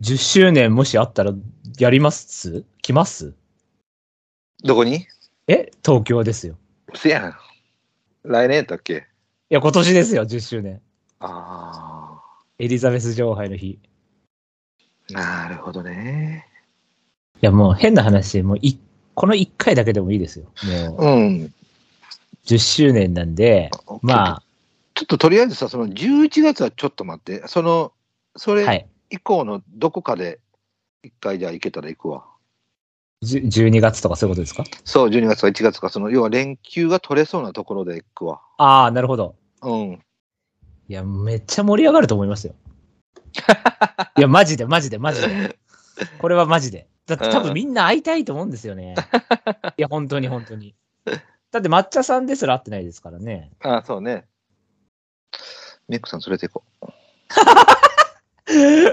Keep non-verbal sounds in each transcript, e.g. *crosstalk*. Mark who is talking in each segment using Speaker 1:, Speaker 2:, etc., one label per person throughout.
Speaker 1: 10周年もしあったら、やります来ます
Speaker 2: どこに
Speaker 1: え東京ですよ。
Speaker 2: せやん。来年やったっけ
Speaker 1: いや、今年ですよ、10周年。
Speaker 2: あ
Speaker 1: エリザベス女王杯の日。い
Speaker 2: あ、なるほどね。
Speaker 1: や、もう変な話、もうい、この1回だけでもいいですよ。もう、
Speaker 2: うん。
Speaker 1: 10周年なんで、ま
Speaker 2: ちょっととりあえずさ、その11月はちょっと待って、その、そ
Speaker 1: あ、は
Speaker 2: れ
Speaker 1: い。
Speaker 2: 以降のどこかで、一回じゃあ行けたら行くわ。
Speaker 1: じゅ12月とかそういうことですか
Speaker 2: そう、12月か1月か、その、要は連休が取れそうなところで行くわ。
Speaker 1: ああ、なるほど。
Speaker 2: うん。
Speaker 1: いや、めっちゃ盛り上がると思いますよ。いや、マジで、マジで、マジで。これはマジで。だって多
Speaker 2: う
Speaker 1: 分
Speaker 2: ん
Speaker 1: みんな会いたいと思うんですよね。いや、本当に本当に。だって抹茶さんですら会ってないですからね。
Speaker 2: ああ、そうね。メックさん連れて行こ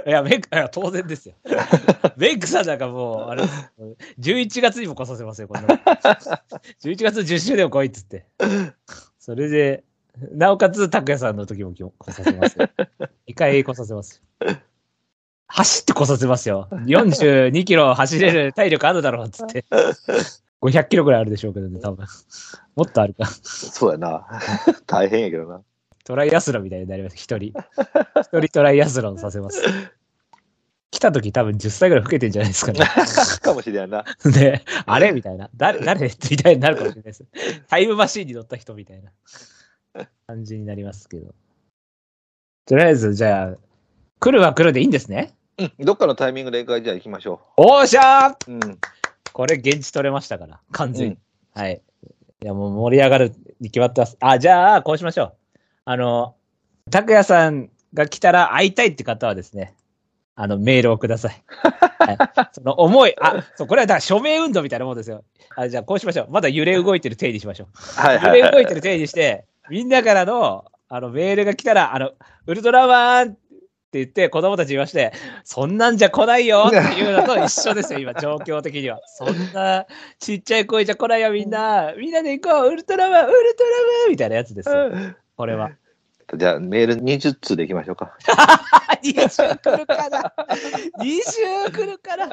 Speaker 1: いや、メイク、いや当然ですよ。メイクさんなんかもう、あれです、11月にも来させますよ、こんなの。11月10周年を来いっつって。それで、なおかつ、拓也さんの時も今日来させますよ。2回来させますよ。走って来させますよ。42キロ走れる体力あるだろうっつって。500キロぐらいあるでしょうけどね、多分。もっとあるか。
Speaker 2: う。そうや *laughs* な。大変やけどな。
Speaker 1: トライアスロンみたいになります、一人。一人トライアスロンさせます。来た時多分10歳ぐらい老けてんじゃない *laughs* ですかね。
Speaker 2: *laughs* かもしれんな。
Speaker 1: で、あれみたいな。誰、誰みたいになるかもしれないです。タイムマシーンに乗った人みたいな感じになりますけど。とりあえず、じゃあ、来るは来るでいいんですね。
Speaker 2: うん。どっかのタイミングで一回じゃあ行きましょ
Speaker 1: おーしゃー
Speaker 2: う。うん。
Speaker 1: これ、現地取れましたから、完全に。
Speaker 2: うん
Speaker 1: はい。いや、もう盛り上がるに決まってます。あ、じゃあ、こうしましょう。あの、拓也さんが来たら会いたいって方はですね、あの、メールをくださ
Speaker 2: *laughs*
Speaker 1: い。はい、その思い、あ、そう、これはだから署名運動みたいなもんですよ。あじゃあ、こうしましょう。まだ揺れ動いてる定にしましょう。
Speaker 2: はいは
Speaker 1: 揺
Speaker 2: い、
Speaker 1: れ
Speaker 2: *laughs* は
Speaker 1: 動
Speaker 2: い
Speaker 1: い。てる定にして、みんなからの、あの、メールが来たら、あの、ウルトラマンって言って、子供たちに言わして、そんなんじゃ来ないよっていうのと一緒ですよ、今、状況的には。そんな、ちっちゃい声じゃ来ないよ、みんな。みんなで行こう、ウルトラマン、ウルトラマンみたいなやつですよ、これは。
Speaker 2: じゃあメール20通でいきましょうか。
Speaker 1: 20来るかな ?20 来るかな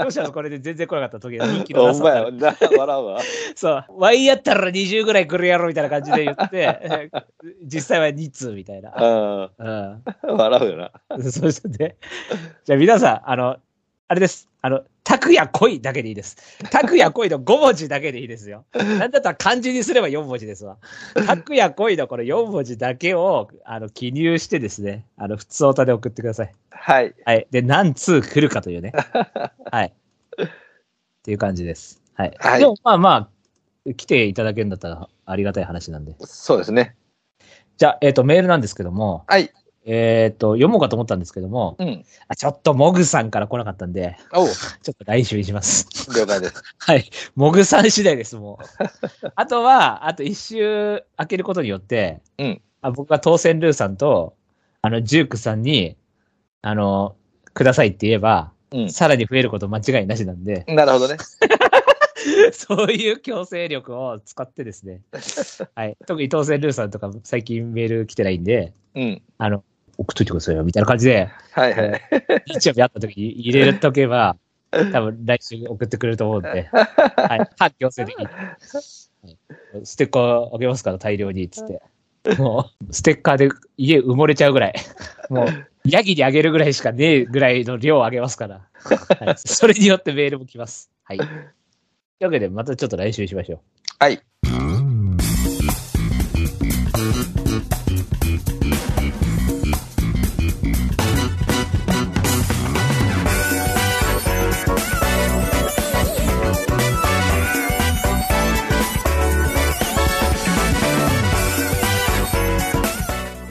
Speaker 1: どうしたのこれで全然来なかった時は人気のな
Speaker 2: お
Speaker 1: さだ
Speaker 2: 前は、な *laughs* 笑うわ。
Speaker 1: そう、ワイやったら20ぐらい来るやろみたいな感じで言って、 *laughs* 実際は2通みたいな。
Speaker 2: う
Speaker 1: うん
Speaker 2: ん。笑うよな。
Speaker 1: *laughs* そうですね。じゃあ皆さん、あの、あれです。あの、拓也恋だけでいいです。拓也恋の5文字だけでいいですよ。なんだったら漢字にすれば4文字ですわ。拓也恋のこの4文字だけを、あの、記入してですね、あの、普通オタで送ってください。
Speaker 2: はい。
Speaker 1: はい。で、何通来るかというね。はい。っていう感じです。はい。
Speaker 2: はい
Speaker 1: でも、まあまあ、来ていただけるんだったらありがたい話なんで。
Speaker 2: そうですね。
Speaker 1: じゃあ、えっ、と、メールなんですけども、
Speaker 2: はい。
Speaker 1: えっ、と、読もうかと思ったんですけども、
Speaker 2: うん。
Speaker 1: あちょっとモグさんから来なかったんで、
Speaker 2: おう
Speaker 1: ちょっと来週にします。 *laughs*
Speaker 2: 了解です。 *laughs*
Speaker 1: はい。モグさん次第です、もう。あとは、あと一周開けることによって、
Speaker 2: うん
Speaker 1: あ僕が当選ルーさんと、あの、ジュークさんに、あの、くださいって言えば、
Speaker 2: うん。
Speaker 1: さらに増えること間違いなしなん
Speaker 2: *laughs*
Speaker 1: で、
Speaker 2: なるほどね。
Speaker 1: そういう強制力を使ってですね、はい。特に当選ルーさんとか最近メール来てないんで、
Speaker 2: うん。
Speaker 1: あの、送っといてくださいよ、みたいな感じで、
Speaker 2: はいはい。
Speaker 1: 日曜日会った時に入れとけば、多分来週送ってくれると思うんで、はい、反強制的に。はいステッカーあげますから、大量に、つって。もう、ステッカーで家埋もれちゃうぐらい。もう、ヤギにあげるぐらいしかねえぐらいの量をあげますから。はいそれによってメールも来ます。はい。というわけで、またちょっと来週にしましょう。
Speaker 2: はい。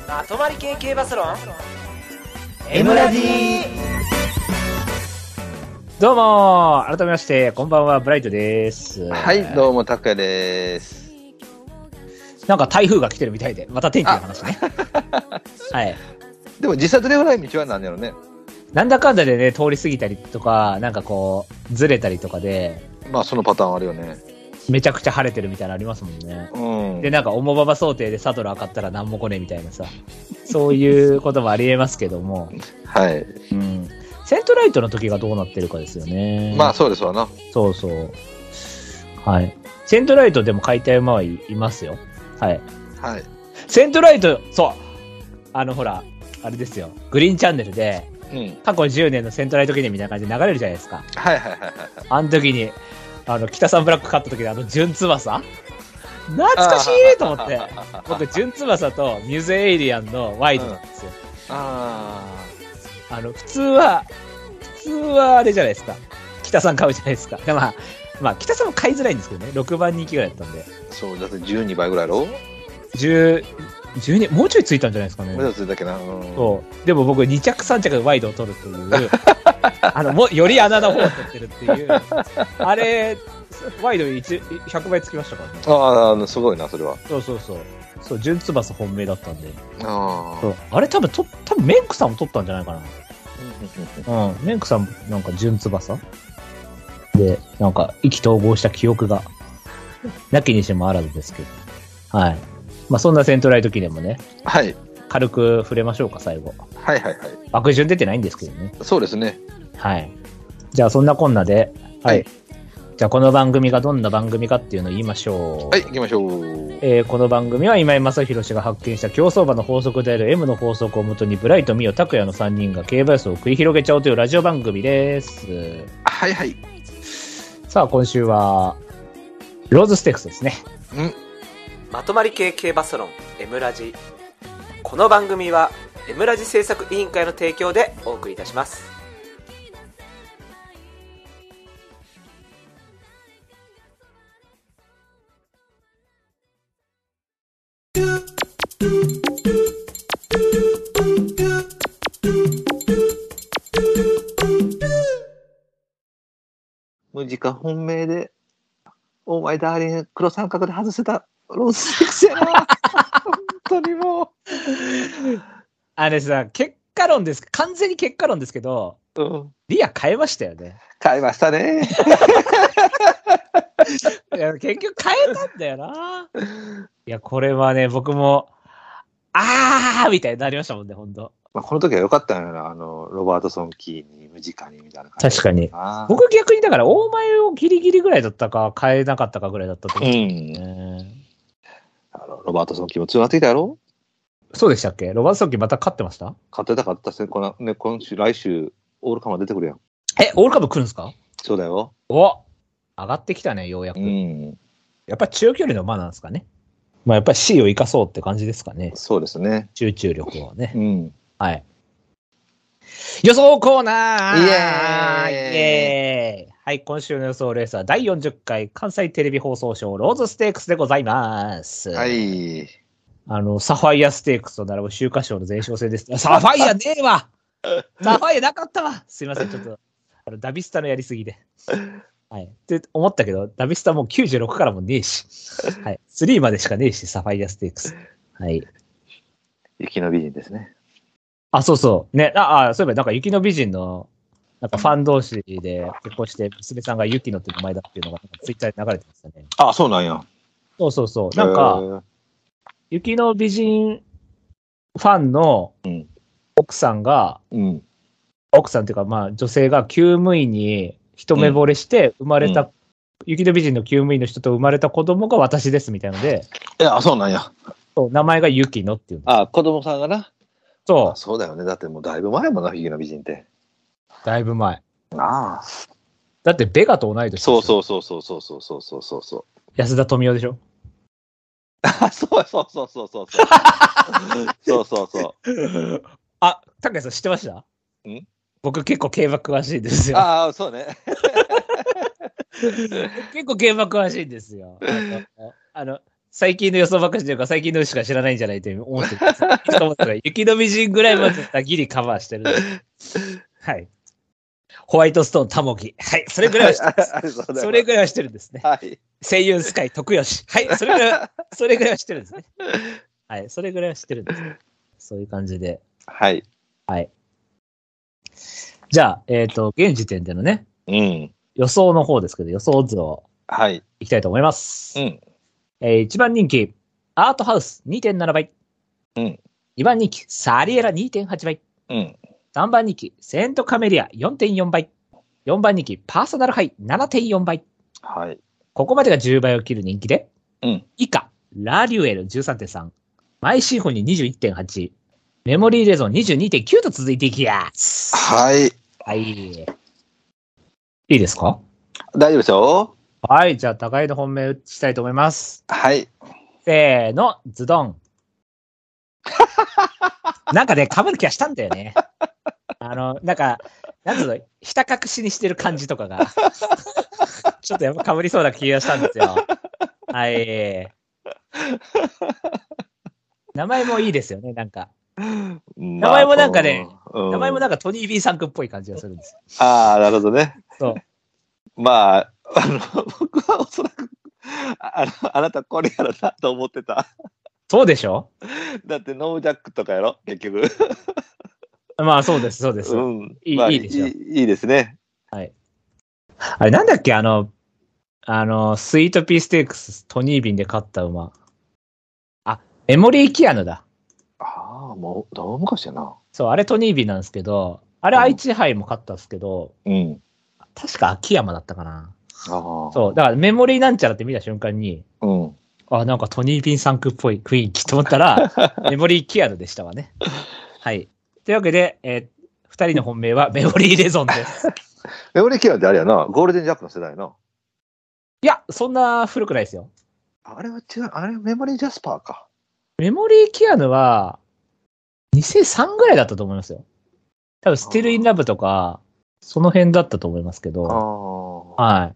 Speaker 3: まとまり系系バスロン
Speaker 2: M ラジ
Speaker 1: どうも改めまして、こんばんは、ブライトです。
Speaker 2: はい、どうも、たくやです。
Speaker 1: なんか台風が来てるみたいで、また天気の話
Speaker 2: *laughs*
Speaker 1: ね。はい。
Speaker 2: でも、実際どれぐらい道はなんやろね。
Speaker 1: なんだかんだでね、通り過ぎたりとか、なんかこう、ずれたりとかで、
Speaker 2: まあ、そのパターンあるよね。
Speaker 1: めちゃくちゃ晴れてるみたいなのありますもんね。
Speaker 2: うん。
Speaker 1: で、なんか、重馬場想定でサドル上がったら何も来ねえみたいなさ、そういうこともありえますけども、
Speaker 2: はい。
Speaker 1: うん。セントライトの時がどうなってるかですよね。
Speaker 2: まあ、そうですわな。
Speaker 1: そうそう。はい。セントライトでも買いたい馬はいいますよ。はい。
Speaker 2: はい。
Speaker 1: セントライト、そう。あの、ほら、あれですよ。グリーンチャンネルで、
Speaker 2: うん。
Speaker 1: 過去10年のセントライト記念みたいな感じで流れるじゃないですか。
Speaker 2: はいはいはいはい。
Speaker 1: あの時に、あの、北さんブラック勝った時のあの、純翼懐かしいと思って。僕、純翼とミュゼエイリアンのワイドなんですよ。
Speaker 2: あ
Speaker 1: あの、普通は、普通はあれじゃないですか。北さん買うじゃないですか。でまあ、まあ、北さんも買いづらいんですけどね。6番人気ぐらいだったんで。
Speaker 2: あ。そう、だって12倍ぐらいやろ
Speaker 1: 10、12、もうちょいついたんじゃないですかね。
Speaker 2: 目立つだけな。うん
Speaker 1: そう。でも僕、2着3着ワイドを取るという、 *laughs* あの、も、より穴の方を取ってるっていう、あれ、ワイド1 100倍つきましたからね。
Speaker 2: ああ、すごいな、それは。
Speaker 1: そうそうそう。そう、純翼本命だったんで。
Speaker 2: ああ。
Speaker 1: そうあれ多分と、多分メンクさんも取ったんじゃないかな。うん、メンクさん、なんか、純翼で、なんか、意気投合した記憶が、なきにしもあらずですけど。はい。まあ、そんなセントライト記念もね、
Speaker 2: はい。
Speaker 1: 軽く触れましょうか、最後。
Speaker 2: はいはいはい。
Speaker 1: 枠順出てないんですけどね。
Speaker 2: そうですね。
Speaker 1: はい。じゃあ、そんなこんなで、
Speaker 2: はい
Speaker 1: じゃあ、この番組がどんな番組かっていうのを言いましょう。
Speaker 2: はい、行きましょう。
Speaker 1: えーこの番組は今井正弘氏が発見した競走馬の法則である M の法則をもとにブライト、ミオ、拓也の3人が競馬予想を繰り広げちゃおうというラジオ番組です。
Speaker 2: はいはい。
Speaker 1: さあ、今週は、ローズステークスですね。
Speaker 3: まとまり系系バスロン M ラジこの番組は M ラジ制作委員会の提供でお送りいたします
Speaker 2: 無事か本命で、お前ダーリン、黒三角で外せた、ローステックスやな。本当にも
Speaker 1: あれさ、結果論です。完全に結果論ですけど、
Speaker 2: *laughs* う。うん。
Speaker 1: リア変えましたよね。
Speaker 2: 買いましたね。
Speaker 1: いや、結局変えたんだよ *laughs* な。いや、これはね、僕も、あーみたいになりましたもんね、ほんと。
Speaker 2: まあ、この時は良かったよな、あの、ロバートソン・キーに、無時間に、みたいな感じ。
Speaker 1: 確かに。
Speaker 2: か
Speaker 1: 僕逆にだから、大前をギリギリぐらいだったか、変えなかったかぐらいだったと
Speaker 2: う
Speaker 1: 思うん
Speaker 2: ん
Speaker 1: です。よね。
Speaker 2: あのロバートソン・キーも強くなってきたやろ
Speaker 1: そうでしたっけロバートソンキまた勝ってました
Speaker 2: 勝ってた勝ってたこの、ね、今週、来週、オールカマ出てくるやん。
Speaker 1: え、オールカブ来るんですか
Speaker 2: そうだよ。
Speaker 1: お上がってきたね、ようやく。
Speaker 2: うん。
Speaker 1: やっぱ中距離の馬なんですかね。まあやっぱり C を生かそうって感じですかね。
Speaker 2: そうですね。
Speaker 1: 集中力をね
Speaker 2: う。ん。
Speaker 1: はい。予想コーナー
Speaker 2: イエーイ
Speaker 1: イエーイはい、今週の予想レースは第40回関西テレビ放送賞ローズステークスでございます。
Speaker 2: は。い。
Speaker 1: あの、サファイアステークスと並ぶ週刊賞の前哨戦
Speaker 2: *laughs*
Speaker 1: です。サファイアねえわサファイアなかったわすいません、ちょっと、あの、ダビスタのやりすぎで。はい。って思ったけど、ダビスタもう96からもねえし、はい。3までしかねえし、サファイアステークス。はい。
Speaker 2: 雪の美人ですね。
Speaker 1: あ、そうそう。ね、あ、あそういえば、なんか雪の美人の、なんかファン同士で結婚して、娘さんが雪のって名前だっていうのが、ツイッターで流れてましたね。
Speaker 2: あ、そうなんや。
Speaker 1: そうそうそう。なんか、雪の美人ファンの
Speaker 2: うん
Speaker 1: 奥さんが、
Speaker 2: えー、うん。
Speaker 1: 奥さんっていうか、まあ、女性が厩務員に一目惚れして、生まれた、
Speaker 2: うん
Speaker 1: 雪の美人の厩務員の人と生まれた子供が私ですみたいので、
Speaker 2: いや、そうなんや。
Speaker 1: そう名前が雪のっていうの。
Speaker 2: あ、子供さんがな。
Speaker 1: そ
Speaker 2: そうだよね。だってもうだいぶ前もな、雪の美人って。
Speaker 1: う、だいぶ前。
Speaker 2: ああ。
Speaker 1: だって、ベガと同い年ですよ
Speaker 2: そうそうそうそうそうそうそうそうそう *laughs* そう。
Speaker 1: 安田富夫でしょ
Speaker 2: あ、そうそうそうそうそうそう。そうそうそ
Speaker 1: *laughs* あ、高橋さん知ってました
Speaker 2: ん
Speaker 1: 僕結構競馬詳しいんです
Speaker 2: う。
Speaker 1: よ。
Speaker 2: ああ、そうね。
Speaker 1: 結構競馬詳しいんですよ。あの、あの最近の予想ばっかりというか、最近のしか知らないんじゃないと思ってるんですよ。いいと思ったら雪の美人ぐらいまではギリカバーしてるんで。はい。ホワイトストーン、タモキ。はい。それぐらいは知ってます。
Speaker 2: ありがとうございます
Speaker 1: *laughs* それぐらいは知ってるんですね。
Speaker 2: はい。
Speaker 1: 声優スカイ、徳吉。 *laughs* はい。それぐらいは、それぐらいは知ってるんですね。はい。それぐらいは知ってるんです。そういう感じで。
Speaker 2: はい。
Speaker 1: じゃあ、えっ、と、現時点でのね、
Speaker 2: うん。
Speaker 1: 予想の方ですけど、予想図を
Speaker 2: はい。
Speaker 1: いきたいと思います。
Speaker 2: うん。
Speaker 1: えー、1番人気、アートハウス2.7倍。
Speaker 2: うん
Speaker 1: 2番人気、サリエラ2.8倍。
Speaker 2: うん。
Speaker 1: 3番人気、セントカメリア4.4倍。4番人気、パーソナルハイ7.4倍。
Speaker 2: はい。
Speaker 1: ここまでが10倍を切る人気で、
Speaker 2: うん
Speaker 1: 以下、ラリュエル13.3、マイシンフォニー21.8、メモリーレゾン22.9と続いていきやす。
Speaker 2: はい。
Speaker 1: はい。いいですか
Speaker 2: 大丈夫ですよ。
Speaker 1: はい、じゃあ、互いの本命打ちたいと思います。
Speaker 2: はい。
Speaker 1: せーの、ズドン。なんかね、被る気がしたんだよね。あの、なんか、なんつうの、ひた隠しにしてる感じとかが、ちょっとやっぱ被りそうな気がしたんですよ。はい。名前もいいですよね、なんか。
Speaker 2: 名
Speaker 1: 前もなんかね、
Speaker 2: 名
Speaker 1: 名前もなん
Speaker 2: か。
Speaker 1: かトニー・ビーサンクっぽい感じがするんですよ。
Speaker 2: ああ、なるほどね。
Speaker 1: そう。
Speaker 2: まあ、あの、僕はおそらく、ああのあなたこれやろなと思ってた。
Speaker 1: そうでしょ
Speaker 2: だってノージャックと
Speaker 1: *laughs*
Speaker 2: かやろ結局。
Speaker 1: まあ、そうです、そうです。
Speaker 2: うん。
Speaker 1: いい
Speaker 2: まあ
Speaker 1: いいでしょ
Speaker 2: いいいですね。
Speaker 1: あれ、なんだっけ、あの、あの、スイートピーステークス、トニービンで勝った馬。あ、メモリーキアヌだ。
Speaker 2: ああ、もう、だいぶ昔やな。
Speaker 1: そう、あれトニービンなんですけど、あれ
Speaker 2: うん
Speaker 1: 愛知杯も勝ったんですけど、
Speaker 2: うん。
Speaker 1: 確か秋山だったかな。
Speaker 2: ああ。
Speaker 1: そう、だからメモリーなんちゃらって見た瞬間に、
Speaker 2: うん。
Speaker 1: あ、なんかトニービンサンクっぽい雰囲気と思ったら、メモリーキアヌでしたわね。はい。というわけで、えー二人の本命はメモリーレゾンです。
Speaker 2: メモリーキアってあれやな、ゴールデンジャックの世代やな。
Speaker 1: いや、そんな古くないですよ。
Speaker 2: あれは違う、あれメモリージャスパーか。
Speaker 1: メモリーキアヌは、2003ぐらいだったと思いますよ。多分、スティル・イン・ラブとか、その辺だったと思いますけど、
Speaker 2: あ
Speaker 1: はい。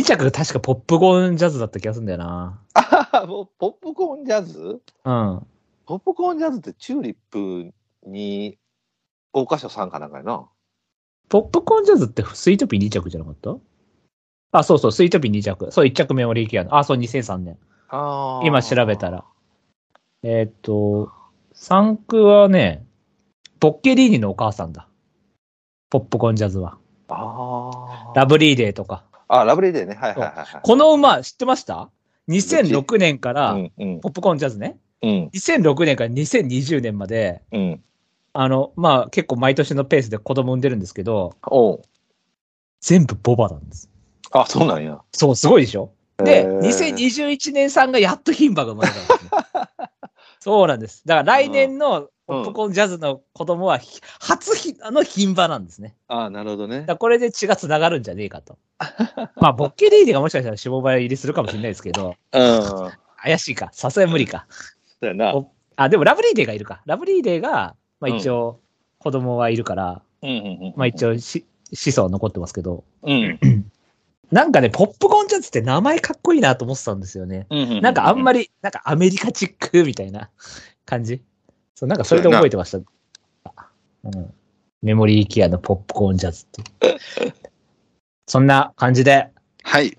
Speaker 1: 2着が確かポップコーンジャズだった気がするんだよな。
Speaker 2: あ。もうポップコーンジャズ
Speaker 1: うん。
Speaker 2: ポップコーンジャズってチューリップに、桜花賞参加なんかやな。
Speaker 1: ポップコーンジャズってスイートピー2着じゃなかったあ、そうそう、スイートピー2着。そう、1着メモリーキアヌ。あ、そう、2003年。
Speaker 2: あー
Speaker 1: 今調べたら。。えーっと、3区はね、ボッケリーニのお母さんだ。ポップコーンジャズは。
Speaker 2: ああ。
Speaker 1: ラブリーデーとか。
Speaker 2: あ、ラブリーデーね。はいはいはいはい。
Speaker 1: この馬、知ってました ?2006 年から、
Speaker 2: うん
Speaker 1: ポップコーンジャズね。
Speaker 2: うんうん
Speaker 1: 2006年から2020年まで、
Speaker 2: うん。
Speaker 1: あの、まあ、結構毎年のペースで子供産んでるんですけど、
Speaker 2: おう
Speaker 1: 全部ボバなんです。
Speaker 2: あ、そうなんや。
Speaker 1: そう、すごいでしょ
Speaker 2: へ
Speaker 1: で、
Speaker 2: ー
Speaker 1: 2021年産がやっと牝馬が生まれたんです
Speaker 2: *laughs*
Speaker 1: ね、そうなんです。だから来年のポップコーンジャズの子供は、ひ初ひあの牝馬なんですね。
Speaker 2: ああ、なるほどね
Speaker 1: だか。らこれで血が繋がるんじゃねえか
Speaker 2: *laughs*
Speaker 1: と。まあ、ボッケリーニがもしかしたら脂肪倍入りするかもしれないですけど、
Speaker 2: うん。そ
Speaker 1: 怪しいか。さすがに無理か。
Speaker 2: うやな。
Speaker 1: おあ、でもラブリーデーがいるか。ラブリーデーが、まあ一応、子供はいるから、
Speaker 2: うんうん
Speaker 1: まあ一。応し、子孫は残ってますけど、
Speaker 2: うん。
Speaker 1: なんかね、ポップコーンジャズって名前かっこいいなと思ってたんですよね。なんかあんま
Speaker 2: り。
Speaker 1: り、なんかアメリカチックみたいな *laughs* 感じ。そう、なんかそれで覚えてました。うん。メモリーキアのポップコーンジャズっていう。そんな感じで、
Speaker 2: はい。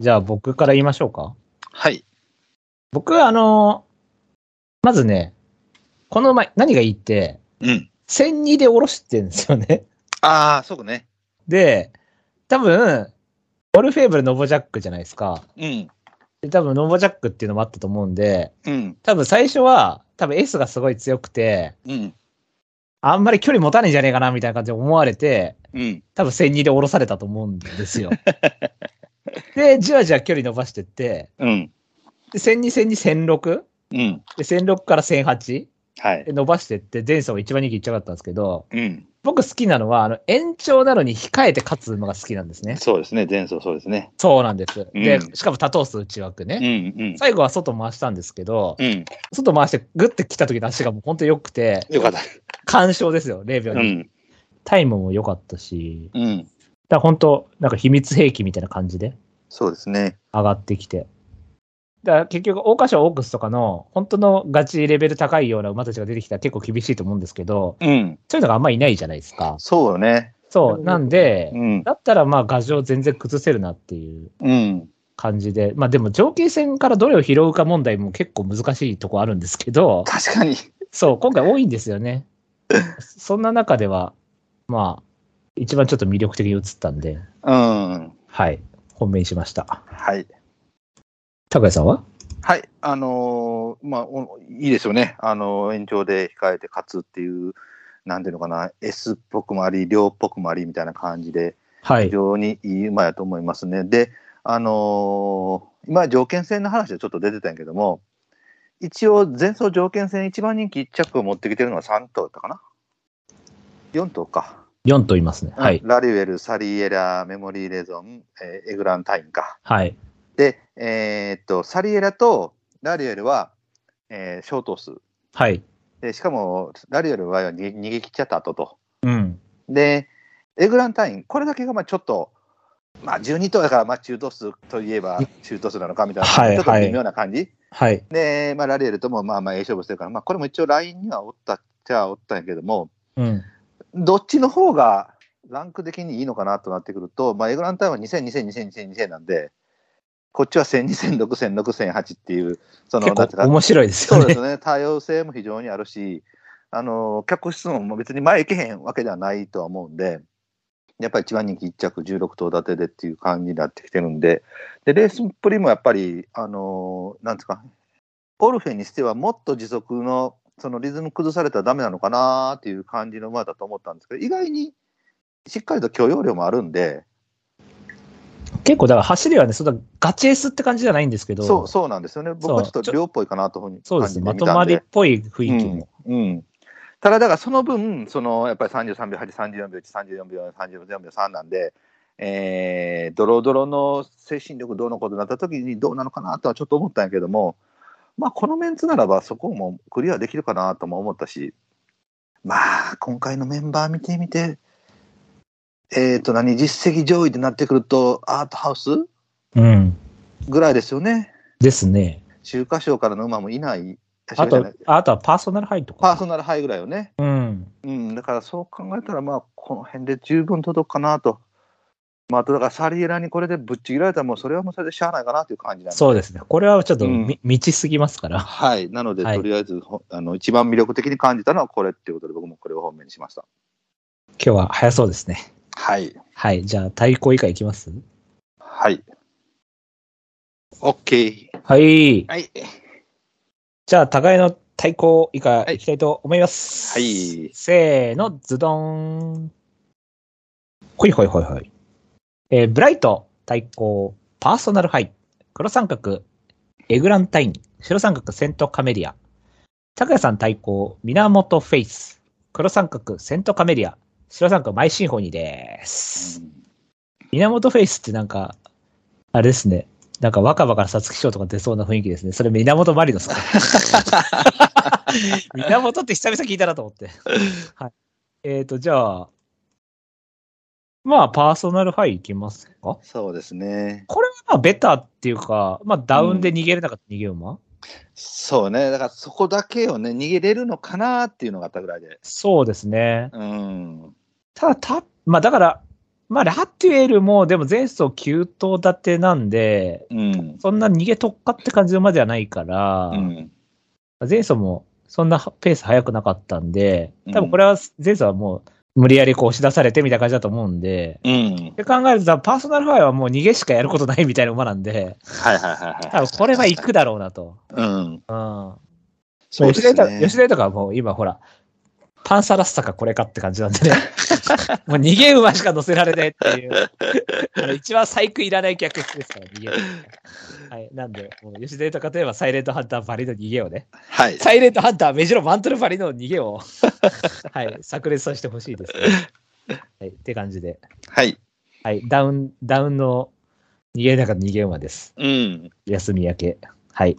Speaker 1: じゃあ僕から言いましょうか。
Speaker 2: はい。
Speaker 1: 僕はあのまずね、この前、何がいいって、
Speaker 2: うん。
Speaker 1: 千二で下ろしてんですよね。 *laughs*
Speaker 2: ああ、そうね。
Speaker 1: で、多分、オルフェーブルノボジャックじゃないですか。
Speaker 2: うん。
Speaker 1: で、多分ノボジャックっていうのもあったと思うんで、
Speaker 2: うん。
Speaker 1: 多分最初は、多分 S がすごい強くて、
Speaker 2: うん。
Speaker 1: あんまり距離持たねえんじゃねえかなみたいな感じで思われて、
Speaker 2: うん。
Speaker 1: 多分千二で下ろされたと思うんですよ。で、じわじわ距離伸ばしてって、
Speaker 2: うん。
Speaker 1: で、千二千二千六
Speaker 2: うん。
Speaker 1: で、千六から千八
Speaker 2: はい。
Speaker 1: で伸ばしてって、前走も一番人気いっちゃかったんですけど、
Speaker 2: うん。
Speaker 1: 僕好きなのは、あの、延長なのに控えて勝つ馬が好きなんですね。
Speaker 2: そうですね。前走そうですね。
Speaker 1: そうなんです。
Speaker 2: うん
Speaker 1: で、しかも多頭数内枠
Speaker 2: う
Speaker 1: ね。
Speaker 2: ん。うん。
Speaker 1: 最後は外回したんですけど、
Speaker 2: うん。
Speaker 1: 外回してグッて来た時の足がもう本当良くて、
Speaker 2: よかった。
Speaker 1: 完勝ですよ、0秒
Speaker 2: う
Speaker 1: に。
Speaker 2: ん。
Speaker 1: タイムも良かったし、
Speaker 2: うん。
Speaker 1: だから本当なんか秘密兵器みたいな感じで
Speaker 2: そうですね。
Speaker 1: 上がってきて。だから結局、桜花賞オークスとかの、本当のガチレベル高いような馬たちが出てきたら結構厳しいと思うんですけど、
Speaker 2: うん。
Speaker 1: そういうのがあんまいないじゃないですか。
Speaker 2: そうよね。
Speaker 1: そう。なんで、
Speaker 2: うん。
Speaker 1: だったらまあ、牙城全然崩せるなっていう
Speaker 2: うん。
Speaker 1: 感じで、まあでも上級戦からどれを拾うか問題も結構難しいとこあるんですけ
Speaker 2: *laughs*
Speaker 1: ど、
Speaker 2: 確かに。
Speaker 1: そう、今回多いんですよね。そんな中では、まあ、一番ちょっと魅力的に映ったんで、
Speaker 2: うん。
Speaker 1: はい、本命にしました。
Speaker 2: はい。
Speaker 1: 高井さんは
Speaker 2: はい、あのーまあおいいですよね、あのー延長で控えて勝つっていうなんていうのかな、S っぽくもあり、量っぽくもありみたいな感じで、
Speaker 1: は
Speaker 2: 非
Speaker 1: い。
Speaker 2: 常にいい馬やと思いますね。で、あのー今、条件戦の話でちょっと出てたんやけども、一応、前走条件戦一番人気1着を持ってきてるのは3頭だったかな。4頭か。
Speaker 1: 4頭いますね。はい。
Speaker 2: ラリウェル、サリエラ、メモリーレゾン、えーエグランタインか。
Speaker 1: はい。
Speaker 2: で、えーっと、サリエラとラリウェルは、えー、ショート数。
Speaker 1: はい。
Speaker 2: で、しかも、ラリウェルの場合は逃げ逃げ切っちゃった後と。
Speaker 1: うん。
Speaker 2: で、エグランタイン、これだけがまあちょっと、まあ、12頭だからまあ中途数といえば中途数なのかみたいな、
Speaker 1: はい
Speaker 2: ちょっと
Speaker 1: はい
Speaker 2: 微妙な感じ、
Speaker 1: はい。
Speaker 2: で、まあ、ラリエルともまあまあええ勝負してるから、まあ、これも一応、ラインにはおったっちゃおったんやけども、
Speaker 1: うん。
Speaker 2: どっちの方がランク的にいいのかなとなってくると、まあ、エグランタインは2000、2000、2000、2000、2000なんで、こっちは1000、2000、6000、6000、8っていう、その、
Speaker 1: 結
Speaker 2: なんて
Speaker 1: 構
Speaker 2: いうか
Speaker 1: 面白いです
Speaker 2: そ
Speaker 1: よ
Speaker 2: う
Speaker 1: ね。
Speaker 2: ですね、多様性も非常にあるし、あの客室も別に前行けへんわけではないとは思うんで、やっぱり一番人気1着、16頭立てでっていう感じになってきてるんで、でレースっぷりもやっぱり、あのなんですか、オルフェにしてはもっと時速のそのリズム崩されたらダメなのかなっていう感じの馬だと思ったんですけど、意外にしっかりと許容量もあるんで、
Speaker 1: 結構、だから走りはね、そんなガチエスって感じじゃないんですけど、
Speaker 2: そうそうなんですよね、僕はちょ
Speaker 1: そ
Speaker 2: っ
Speaker 1: う
Speaker 2: と
Speaker 1: ちょ
Speaker 2: 量っぽいかなというふうに
Speaker 1: そう
Speaker 2: 感
Speaker 1: で
Speaker 2: じ
Speaker 1: す
Speaker 2: て
Speaker 1: ね。
Speaker 2: みた
Speaker 1: ま
Speaker 2: んで
Speaker 1: とまりっぽい雰囲気も。
Speaker 2: うんうんただ、だからその分、そのやっぱり33秒8、34秒1、34秒4、34秒3なんで、えー、ドロドロの精神力どうのことになった時にどうなのかなとはちょっと思ったんやけども、まあ、このメンツならばそこもクリアできるかなとも思ったし、まあ、今回のメンバー見てみて、えっ、と、何、実績上位でなってくると、アートハウス
Speaker 1: うん。
Speaker 2: ぐらいですよね。
Speaker 1: ですね。
Speaker 2: 中華賞からの馬もいない。
Speaker 1: あと、あとはパーソナルハイと
Speaker 2: パー
Speaker 1: か。
Speaker 2: ソナルハイぐらいよね。
Speaker 1: うん。
Speaker 2: うん、だからそう考えたら、まあ、この辺で十分届くかなと。まあ、あとだからサリエラにこれでぶっちぎられたら、もうそれはもうそれでしゃあないかなという感じなんで。
Speaker 1: そうですね。これはちょっと
Speaker 2: うん
Speaker 1: み、道すぎますから。
Speaker 2: はい。なので、
Speaker 1: はい
Speaker 2: とりあえず、ほあの、一番魅力的に感じたのはこれっていうことで、僕もこれを本命にしました。
Speaker 1: 今日は早そうですね。
Speaker 2: はい。
Speaker 1: はい。じゃあ、太鼓以下いきます
Speaker 2: はい。OK。
Speaker 1: はい。
Speaker 2: はい。
Speaker 1: じゃあ、互いの太鼓以下いきたいと思います。
Speaker 2: はい
Speaker 1: せーの、ズドン。ほいほいほいほい。えーブライト、太鼓、パーソナルハイ、黒三角、エグランタイン、白三角、セントカメリア。拓也さん太鼓、源フェイス、黒三角、セントカメリア、白三角、マイシンフォニーです。源フェイスってなんか、あれですね。なんか若葉から皐月賞とか出そうな雰囲気ですね。それ源マリノスか。
Speaker 2: *laughs*
Speaker 1: 源って久々聞いたなと思って。はい。えっ、と、じゃあ、まあ、パーソナルハイいきますか。
Speaker 2: そうですね。
Speaker 1: これはまあ、ベタっていうか、まあ、ダウンで逃げれなかった逃げ馬、
Speaker 2: そうね。だからそこだけをね、逃げれるのかなっていうのがあったぐらいで。
Speaker 1: そうですね。
Speaker 2: うん。
Speaker 1: ただ、た、まあ、だから、まあ、ラテュエルも、でも前走9頭立てなんで、
Speaker 2: うん。
Speaker 1: そんな逃げ特化って感じの馬ではないから、
Speaker 2: うん。
Speaker 1: 前走もそんなペース速くなかったんで
Speaker 2: うん、
Speaker 1: 多分これは前走はもう無理やりこう押し出されてみたいな感じだと思うんで、
Speaker 2: うん。
Speaker 1: って考えるとパーソナルファイはもう逃げしかやることないみたいな馬なんで、
Speaker 2: はいはいはい
Speaker 1: 多
Speaker 2: はい。
Speaker 1: 分これは行くだろうなと。
Speaker 2: うん。
Speaker 1: うん。
Speaker 2: そうで
Speaker 1: 吉田
Speaker 2: す
Speaker 1: 豊
Speaker 2: ね。
Speaker 1: 吉田豊はもう今ほら、パンサラッサかこれかって感じなん
Speaker 2: *laughs*
Speaker 1: でね。もう逃げ馬しか乗せられないっていう。あの一番細工いらない客室ですから、逃げ馬。はい。なんで、もう吉田豊といえばサイレントハンターバリの逃げをね。
Speaker 2: はい。
Speaker 1: サイレントハンター、メジロマントルファリの逃げを、 *laughs* はい、炸裂させてほしいです、ね。はい、って感じで。
Speaker 2: はい。
Speaker 1: はい、ダウン、ダウンの逃げなかった逃げ馬です。
Speaker 2: うん。
Speaker 1: 休み明け。はい。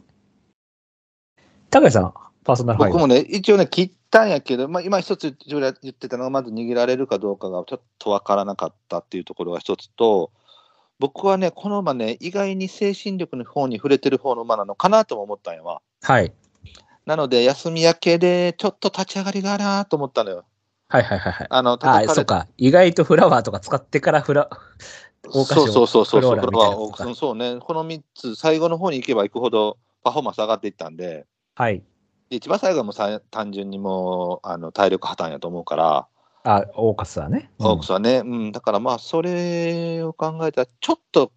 Speaker 1: 高橋さん、パーソナルファイ
Speaker 2: 僕
Speaker 1: は
Speaker 2: もね、一応ね、切ったんやけど、まあ、今一つ言ってたのが、まず逃げられるかどうかがちょっとわからなかったっていうところが一つと、僕はね、この馬ね、意外に精神力の方に触れてる方の馬なのかなとも思ったんやわ。
Speaker 1: はい。
Speaker 2: なので、休み明けで、ちょっと立ち上がりがあるなと思ったのよ。
Speaker 1: はいはいはいはい。
Speaker 2: あの、
Speaker 1: あ
Speaker 2: 叩かれ
Speaker 1: そっか。意外とフラワーとか使ってからフラ、大菓子
Speaker 2: そ
Speaker 1: を
Speaker 2: うそうそうそう、
Speaker 1: フローラ
Speaker 2: こ
Speaker 1: み
Speaker 2: れ
Speaker 1: たいな
Speaker 2: は
Speaker 1: やつとか
Speaker 2: そうそうね、この3つ、最後の方に行けば行くほど、パフォーマンス上がっていったんで、
Speaker 1: はい。
Speaker 2: で一番最後はもうさ単純にもうあの体力破綻やと思うから、
Speaker 1: あ、オーカスはね。
Speaker 2: オークスはね、うんだからまあ、それを考えたら、ちょっと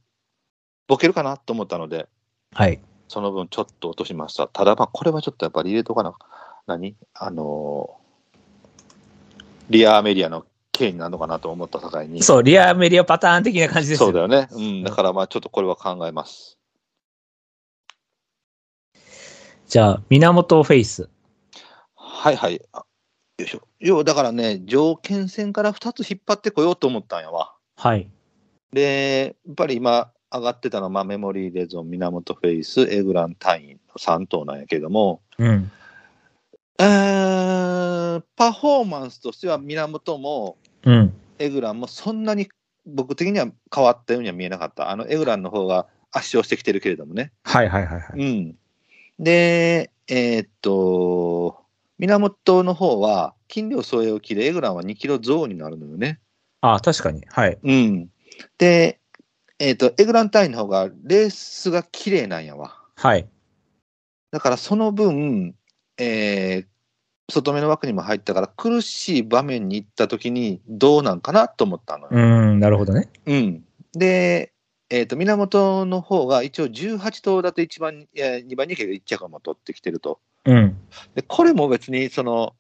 Speaker 2: ボケるかなと思ったので、
Speaker 1: はい。
Speaker 2: その分、ちょっと落としました。ただ、まあ、これはちょっとやっぱり入れとかな、何あのーリアアメリアの刑になるのかなと思った境に。
Speaker 1: そう、リアメリアパターン的な感じですよ
Speaker 2: そうだよね。うん。だからまあちょっとこれは考えます。
Speaker 1: じゃあ、源フェイス。
Speaker 2: はいはい。あよいしょ。要はだからね、条件線から2つ引っ張ってこようと思ったんやわ。
Speaker 1: はい。
Speaker 2: で、やっぱり今上がってたのは、まあ、メモリーレゾン、源フェイス、エグラン単位の3頭なんやけども、
Speaker 1: うん。
Speaker 2: えーパフォーマンスとしては源も
Speaker 1: うん。
Speaker 2: エグランもそんなに僕的には変わったようには見えなかった。あのエグランの方が圧勝してきてるけれどもね。
Speaker 1: はいはいはいは
Speaker 2: う。ん。で、えーっと、源の方は、金量総栄を切るエグランは2キロ増になるのよね。
Speaker 1: ああ、確かに。はい。
Speaker 2: うん。で、えーっと、エグラン単位の方が、レースが綺麗なんやわ。
Speaker 1: はい。
Speaker 2: だからその分、えー外目の枠にも入ったから、苦しい場面に行った時にどうなんかなと思ったのよ。
Speaker 1: うーん、なるほどね。
Speaker 2: うん、で、えー、と源の方が一応18頭だと一番、えー、2番人気が1着も取ってきてると。
Speaker 1: うん。
Speaker 2: でこれも別にその、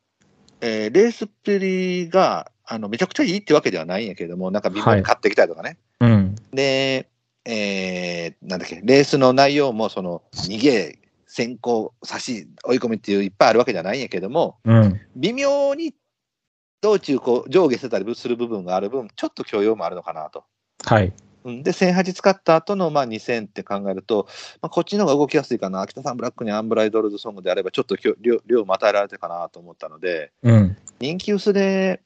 Speaker 2: えーレースっぷりがあのめちゃくちゃいいってわけではないんやけれども、なんか微妙に買ってきたりとかね。
Speaker 1: うん。
Speaker 2: で、えーなんだっけ、レースの内容もその逃げ、先行、差し、追い込みっていういっぱいあるわけじゃないんやけども、
Speaker 1: うん。
Speaker 2: 微妙に道中こう上下してたりする部分がある分、ちょっと許容もあるのかなと。
Speaker 1: はい。
Speaker 2: うん、で、1008使った後のまあ2000って考えると、まあ、こっちの方が動きやすいかな、秋田さんブラックにアンブライドルズソングであれば、ちょっときょ量量も与えられてるかなと思ったので、
Speaker 1: うん。
Speaker 2: 人気薄で、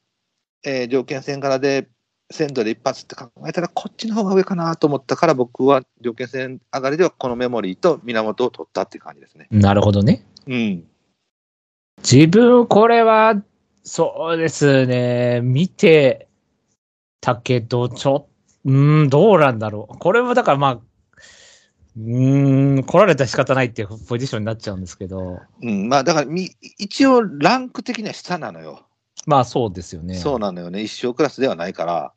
Speaker 2: えー条件戦からで、鮮度で一発って考えたら、こっちの方が上かなと思ったから、僕は条件戦上がりではこのメモリーと源を取ったっていう感じですね。
Speaker 1: なるほどね。
Speaker 2: うん。
Speaker 1: 自分、これは、そうですね。見てたけど、ちょ、うーん、どうなんだろう。これもだからまあ、うーん、来られたら仕方ないっていうポジションになっちゃうんですけど。
Speaker 2: うん、まあ、だからみ、一応、ランク的には下なのよ。
Speaker 1: まあそうですよね。
Speaker 2: そうなのよね。一生クラスではないから。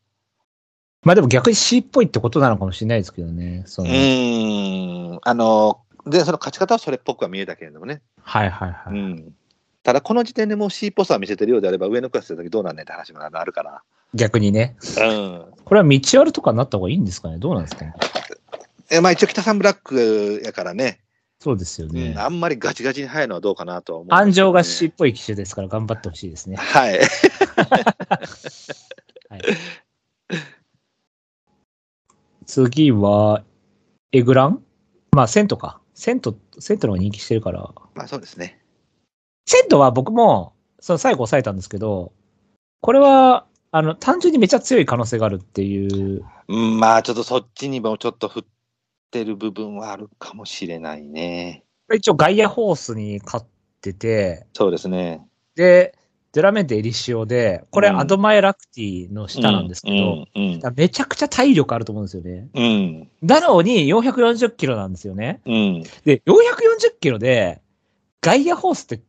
Speaker 1: まあでも逆に C っぽいってことなのかもしれないですけどね。そうの
Speaker 2: ーん。あの、で、その勝ち方はそれっぽくは見えたけれどもね。
Speaker 1: はいはいうはい。
Speaker 2: ん。ただ、この時点でもう C っぽさを見せてるようであれば、上のクラスの時どうなんねんって話もあるから。
Speaker 1: 逆にね。
Speaker 2: うん。
Speaker 1: これは道あるとかになった方がいいんですかねどうなんですかね
Speaker 2: えまあ、一応、北さんブラックやからね、
Speaker 1: そうですよ
Speaker 2: う
Speaker 1: ね
Speaker 2: ん、。あんまりガチガチに入るのはどうかなとは思う、
Speaker 1: 安城が C っぽい機種ですから頑張ってほしいですね。
Speaker 2: はい。
Speaker 1: はい、次は、エグランまあ、セントか。セント、セントの方が人気してるから。
Speaker 2: まあ、そうですね。
Speaker 1: セントは僕も、その最後抑えたんですけど、これは、あの、単純にめちゃ強い可能性があるっていう。
Speaker 2: うん、まあ、ちょっとそっちにもちょっと振ってる部分はあるかもしれないね。
Speaker 1: 一応ガイアホースに勝ってて、
Speaker 2: そうですね。
Speaker 1: で、デュラメンテエリシオで、これ
Speaker 2: うん
Speaker 1: アドマエラクティの下なんですけど、
Speaker 2: うん。うん
Speaker 1: だからめちゃくちゃ体力あると思うんですよね。
Speaker 2: うん。
Speaker 1: なのに440キロなんですよね。
Speaker 2: うん。
Speaker 1: で、440キロで、ガイアホースって、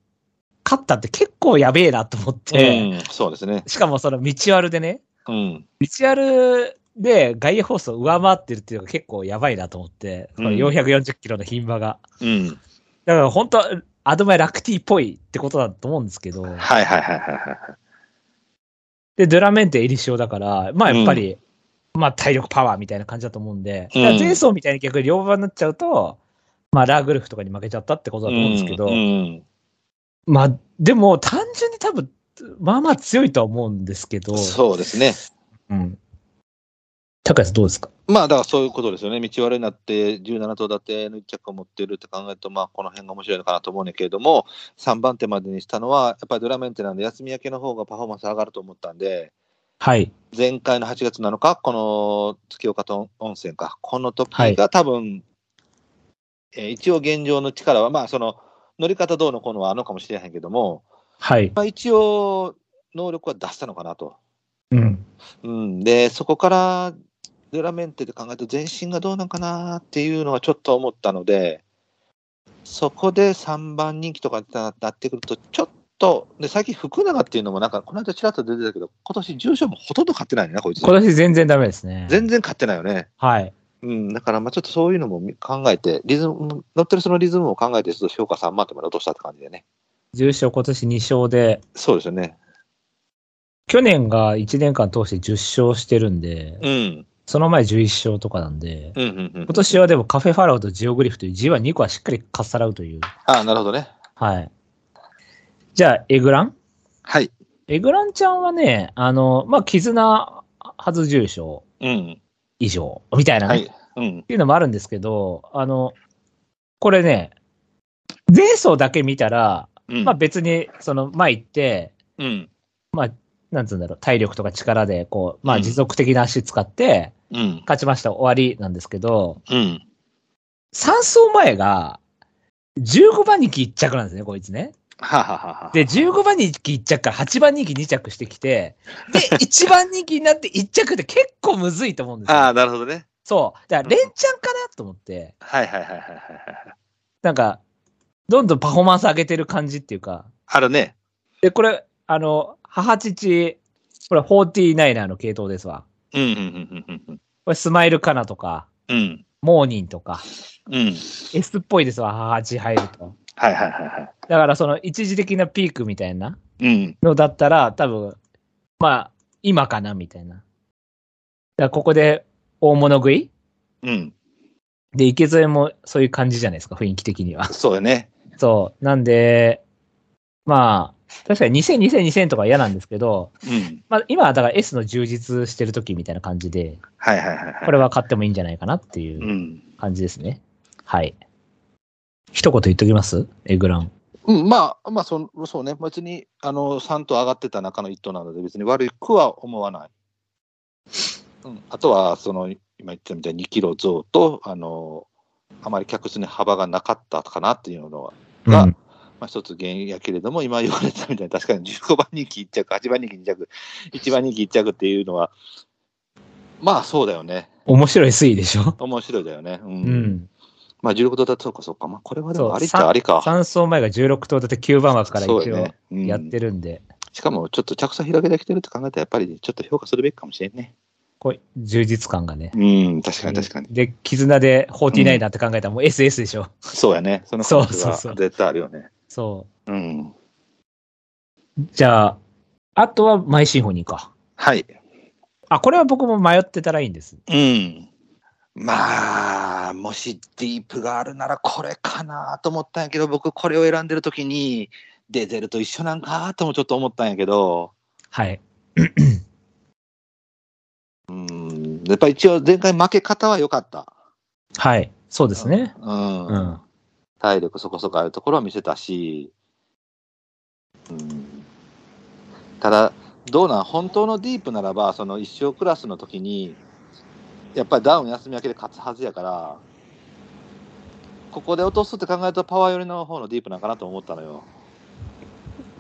Speaker 1: 勝ったって結構やべえなと思って、
Speaker 2: うん、そうですね。
Speaker 1: しかもその道あるでね、
Speaker 2: うん。
Speaker 1: 道あるでガイアホースを上回ってるっていうのが結構やばいなと思って、この440キロの牝馬が。
Speaker 2: うん。
Speaker 1: だから本当、アドマイラクティっぽいってことだと思うんですけど、
Speaker 2: はいはいはいはいはい。
Speaker 1: で、ドゥラメンテエリシオだから、まあやっぱり、まあ体力パワーみたいな感じだと思うんで、
Speaker 2: うん
Speaker 1: だから前走みたいに逆に両馬になっちゃうと、まあラーグルフとかに負けちゃったってことだと思うんですけど、
Speaker 2: うん。
Speaker 1: まあ、でも単純に多分、まあまあ強いとは思うんですけ
Speaker 2: う
Speaker 1: ど。
Speaker 2: んそうですね。
Speaker 1: うん。高橋どうですか
Speaker 2: まあ、だからそういうことですよね。道悪になって、17頭立ての1着を持っているって考えると、まあ、この辺が面白いのかなと思うんだけれども、3番手までにしたのは、やっぱりドラメンテなんで、休み明けの方がパフォーマンス上がると思ったんで、
Speaker 1: はい。
Speaker 2: 前回の8月7日、この月岡と温泉か、この時
Speaker 1: はい
Speaker 2: が多分、えー一応現状の力は、まあ、その、乗り方どうのこうのはあるのかもしれへんけども、
Speaker 1: はい。
Speaker 2: まあ、一応、能力は出したのかなと。
Speaker 1: うん。
Speaker 2: うん、で、そこから、デュラメンテで考えると全身がどうなんかなっていうのはちょっと思ったので、そこで3番人気とかになってくると、ちょっと、で、最近福永っていうのもなんか、この間ちらっと出てたけど、今年重賞もほとんど勝ってないね、こいつ。
Speaker 1: 今年全然ダメですね。
Speaker 2: 全然勝ってないよね。
Speaker 1: はい。
Speaker 2: うん、だから、まあちょっとそういうのも考えて、リズム、乗ってるそのリズムを考えて、ちょっと評価3万点まで落としたって感じでね。
Speaker 1: 重賞今年2勝で、
Speaker 2: そうですよね。
Speaker 1: 去年が1年間通して10勝してるんで、
Speaker 2: うん。
Speaker 1: その前11勝とかなんで、
Speaker 2: うんうんうん
Speaker 1: 今。年はでもカフェファラオとジオグリフという G12 個はしっかりかっさらうという。
Speaker 2: ああ、なるほどね。
Speaker 1: はい。じゃあ、エグラン
Speaker 2: はい。
Speaker 1: エグランちゃんはね、あの、まあ、絆初重賞
Speaker 2: うん。
Speaker 1: 以上、みたいなね、
Speaker 2: は
Speaker 1: っ
Speaker 2: い。うん。
Speaker 1: ていうのもあるんですけど、あの、これね、前走だけ見たら、
Speaker 2: うん
Speaker 1: まあ、別に、その、前行って、
Speaker 2: うん。
Speaker 1: なんつうんだろう、体力とか力で、こう、ま
Speaker 2: う
Speaker 1: あ、
Speaker 2: ん
Speaker 1: 持続的な足使って、
Speaker 2: うん。
Speaker 1: 勝ちました、終わりなんですけど、
Speaker 2: うん。
Speaker 1: 3走前が、15番人気1着なんですね、こいつね。
Speaker 2: はははは。
Speaker 1: で、15番人気1着から8番人気2着してきて、で、1番
Speaker 2: *laughs*
Speaker 1: 人気になって1着って結構むずいと思うんです
Speaker 2: ああ、
Speaker 1: よ。
Speaker 2: なるほどね。
Speaker 1: そう。だから、連チャンかなと思って、
Speaker 2: はいはいはいはいはいはい。
Speaker 1: なんか、どんどんパフォーマンス上げてる感じっていうか、
Speaker 2: あるね。
Speaker 1: で、これ、あの、母父、これ、49er の系統ですわ。
Speaker 2: うんうんうんうんうん
Speaker 1: これ、スマイルカナとか、
Speaker 2: うん。
Speaker 1: モーニンとか、
Speaker 2: うん。うん。
Speaker 1: S っぽいですわ、母父入ると。
Speaker 2: はいはいはいは。
Speaker 1: だから、その、一時的なピークみたいない
Speaker 2: うん。
Speaker 1: のだったら、多分、まあ、今かな、みたいな。だから、ここで、大物食い
Speaker 2: うん。
Speaker 1: で、池添もそういう感じじゃないですか、雰囲気的には。
Speaker 2: そうだね。
Speaker 1: そう。なんで、まあ、確かに2000、2000、2000とかは嫌なんですけど、
Speaker 2: うん。
Speaker 1: まあ、今はだから S の充実してる時みたいな感じで、
Speaker 2: はいはいはいはい。
Speaker 1: これは買ってもいいんじゃないかなって
Speaker 2: う。
Speaker 1: いうん感じですね。はい。一言言っときますエグラン。
Speaker 2: うん、まあ、まあその、そうね、別に、あの、3と上がってた中の1頭なので、別に悪くは思わない。うん、あとは、その、今言ってたみたいに2キロ増と、あの、あまり客数に幅がなかったかなっていうのは、が
Speaker 1: うん
Speaker 2: まあ、一つ原因やけれども、今言われたみたいに、確かに15番人気1着、8番人気2着、1番人気1着っていうのは、まあそうだよね。
Speaker 1: 面白い推移でしょ
Speaker 2: 面白いだよね。うん。
Speaker 1: うん。
Speaker 2: まあ16頭だとそうかそうか。まあこれはで
Speaker 1: そ
Speaker 2: も
Speaker 1: う
Speaker 2: ありっちゃありか。
Speaker 1: 3走前が16頭立て9番枠から一
Speaker 2: そうだよ
Speaker 1: 応
Speaker 2: ね。うん
Speaker 1: やってるんで、
Speaker 2: しかも、ちょっと着差開けてきてるって考えたら、やっぱりちょっと評価するべきかもしれんね。
Speaker 1: こう充実感がね。
Speaker 2: うん、確かに確かに。
Speaker 1: で、絆で49だって考えたらもう SS でしょ。
Speaker 2: そうやね。その
Speaker 1: そう
Speaker 2: 感
Speaker 1: そう
Speaker 2: じ
Speaker 1: そう
Speaker 2: は絶対あるよね。
Speaker 1: そ
Speaker 2: うん。
Speaker 1: う。じゃあ、あとはマイシンフォニーか。
Speaker 2: はい。
Speaker 1: あ、これは僕も迷ってたらいいんです。
Speaker 2: うん。まあ、もしディープがあるならこれかなと思ったんやけど、僕これを選んでるときに、デゼルと一緒なんかともちょっと思ったんやけど、
Speaker 1: はい。
Speaker 2: うん、やっぱ一応前回負け方は良かった。
Speaker 1: はい。そうですね。
Speaker 2: うん。
Speaker 1: うん。
Speaker 2: 体力そこそこあるところは見せたし、うん、ただ、どうなん、本当のディープならば、その一生クラスの時に、やっぱりダウン休み明けで勝つはずやから、ここで落とすって考えると、パワー寄りの方のディープなんかなと思ったのよ。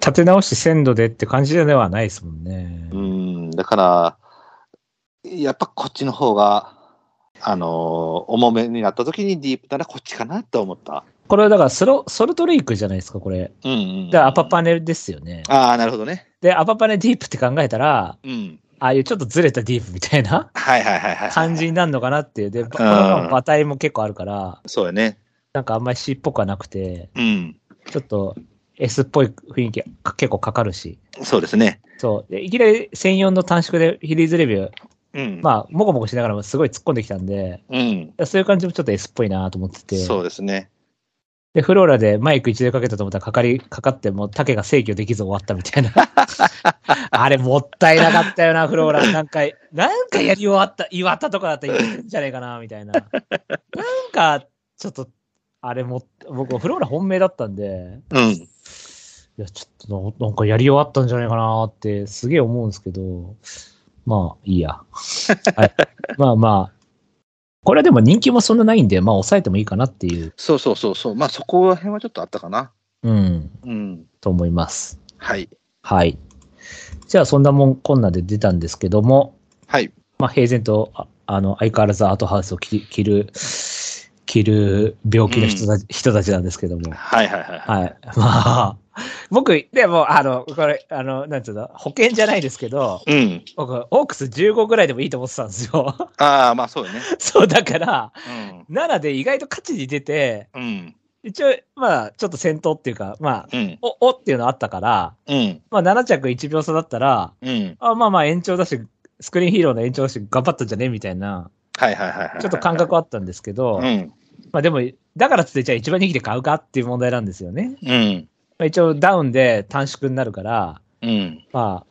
Speaker 1: 立て直して鮮度でって感じではないですもんね。
Speaker 2: うん、だから、やっぱこっちの方が、あのー重めになった時にディープならこっちかなと思った。
Speaker 1: これはだからソロ、ソルトレイクじゃないですか、これ。
Speaker 2: うん、うん。
Speaker 1: だからアパパネルですよね。
Speaker 2: ああ、なるほどね。
Speaker 1: で、アパパネディープって考えたら、
Speaker 2: うん。
Speaker 1: ああいうちょっとずれたディープみたいな
Speaker 2: はいはいはいはい。
Speaker 1: 感じになるのかなっていう。で、ばこの馬体も結構あるから、
Speaker 2: そうやね。
Speaker 1: なんかあんまり C っぽくはなくて、
Speaker 2: うん。
Speaker 1: ちょっと S っぽい雰囲気が結構かかるし。
Speaker 2: そうですね。
Speaker 1: そう。でいきなり1004の短縮でフィリーズレビュー、
Speaker 2: うん。あ、
Speaker 1: まあ、もこもこしながらもすごい突っ込んできたんで、
Speaker 2: うん。
Speaker 1: そういう感じもちょっと S っぽいなと思ってて。
Speaker 2: そうですね。
Speaker 1: で、フローラでマイク一度かけたと思ったらかかり、かかってもう竹が制御できず終わったみたいな。あれもったいなかったよな、フローラ。なんか、なんかやり終わった、祝ったとかだったらいいんじゃないかな、みたいな。なんか、ちょっと、あれも、僕フローラ本命だったんで、
Speaker 2: うん。
Speaker 1: いや、ちょっとななんかやり終わったんじゃないかなってすげえ思うんですけど、まあ、いいや。はい、まあまあ、これはでも人気もそんなないんで、まあ抑えてもいいかなっていう、
Speaker 2: そうそうそうそう。まあそこら辺はちょっとあったかな。
Speaker 1: うん、
Speaker 2: うん。
Speaker 1: と思います。
Speaker 2: はい。
Speaker 1: はい。じゃあ、そんなもん、こんなで出たんですけども、
Speaker 2: はい。
Speaker 1: まあ、平然と、ああの、相変わらずアートハウスを着着る、着る病気の人たち、人たちなんですけども。
Speaker 2: はいはいはい。はい、
Speaker 1: はい。 *laughs* まあ、僕、でも、あの、これ、あの、なんつうの、保険じゃないですけど、
Speaker 2: うん。
Speaker 1: 僕、オークス15ぐらいでもいいと思ってたんですよ。 *laughs*
Speaker 2: ああ、まあそうよね。
Speaker 1: そう、だから、7で意外と勝ちに出て、
Speaker 2: うん。うん。
Speaker 1: 一応、まあ、ちょっと先頭っていうか、まあ、
Speaker 2: うん、
Speaker 1: お、おっていうのあったから、
Speaker 2: うん、
Speaker 1: まあ、7着1秒差だったら、
Speaker 2: うん。
Speaker 1: あまあまあ延長だし、スクリーンヒーローの延長だし、頑張ったんじゃねみたいな、
Speaker 2: はいはいはいはい。
Speaker 1: ちょっと感覚あったんですけど
Speaker 2: う、ん、
Speaker 1: まあでも、だからつってじゃあ一番人気で買うかっていう問題なんですよね。
Speaker 2: うん、
Speaker 1: まあ、一応ダウンで短縮になるから、
Speaker 2: うん、
Speaker 1: まあ、っ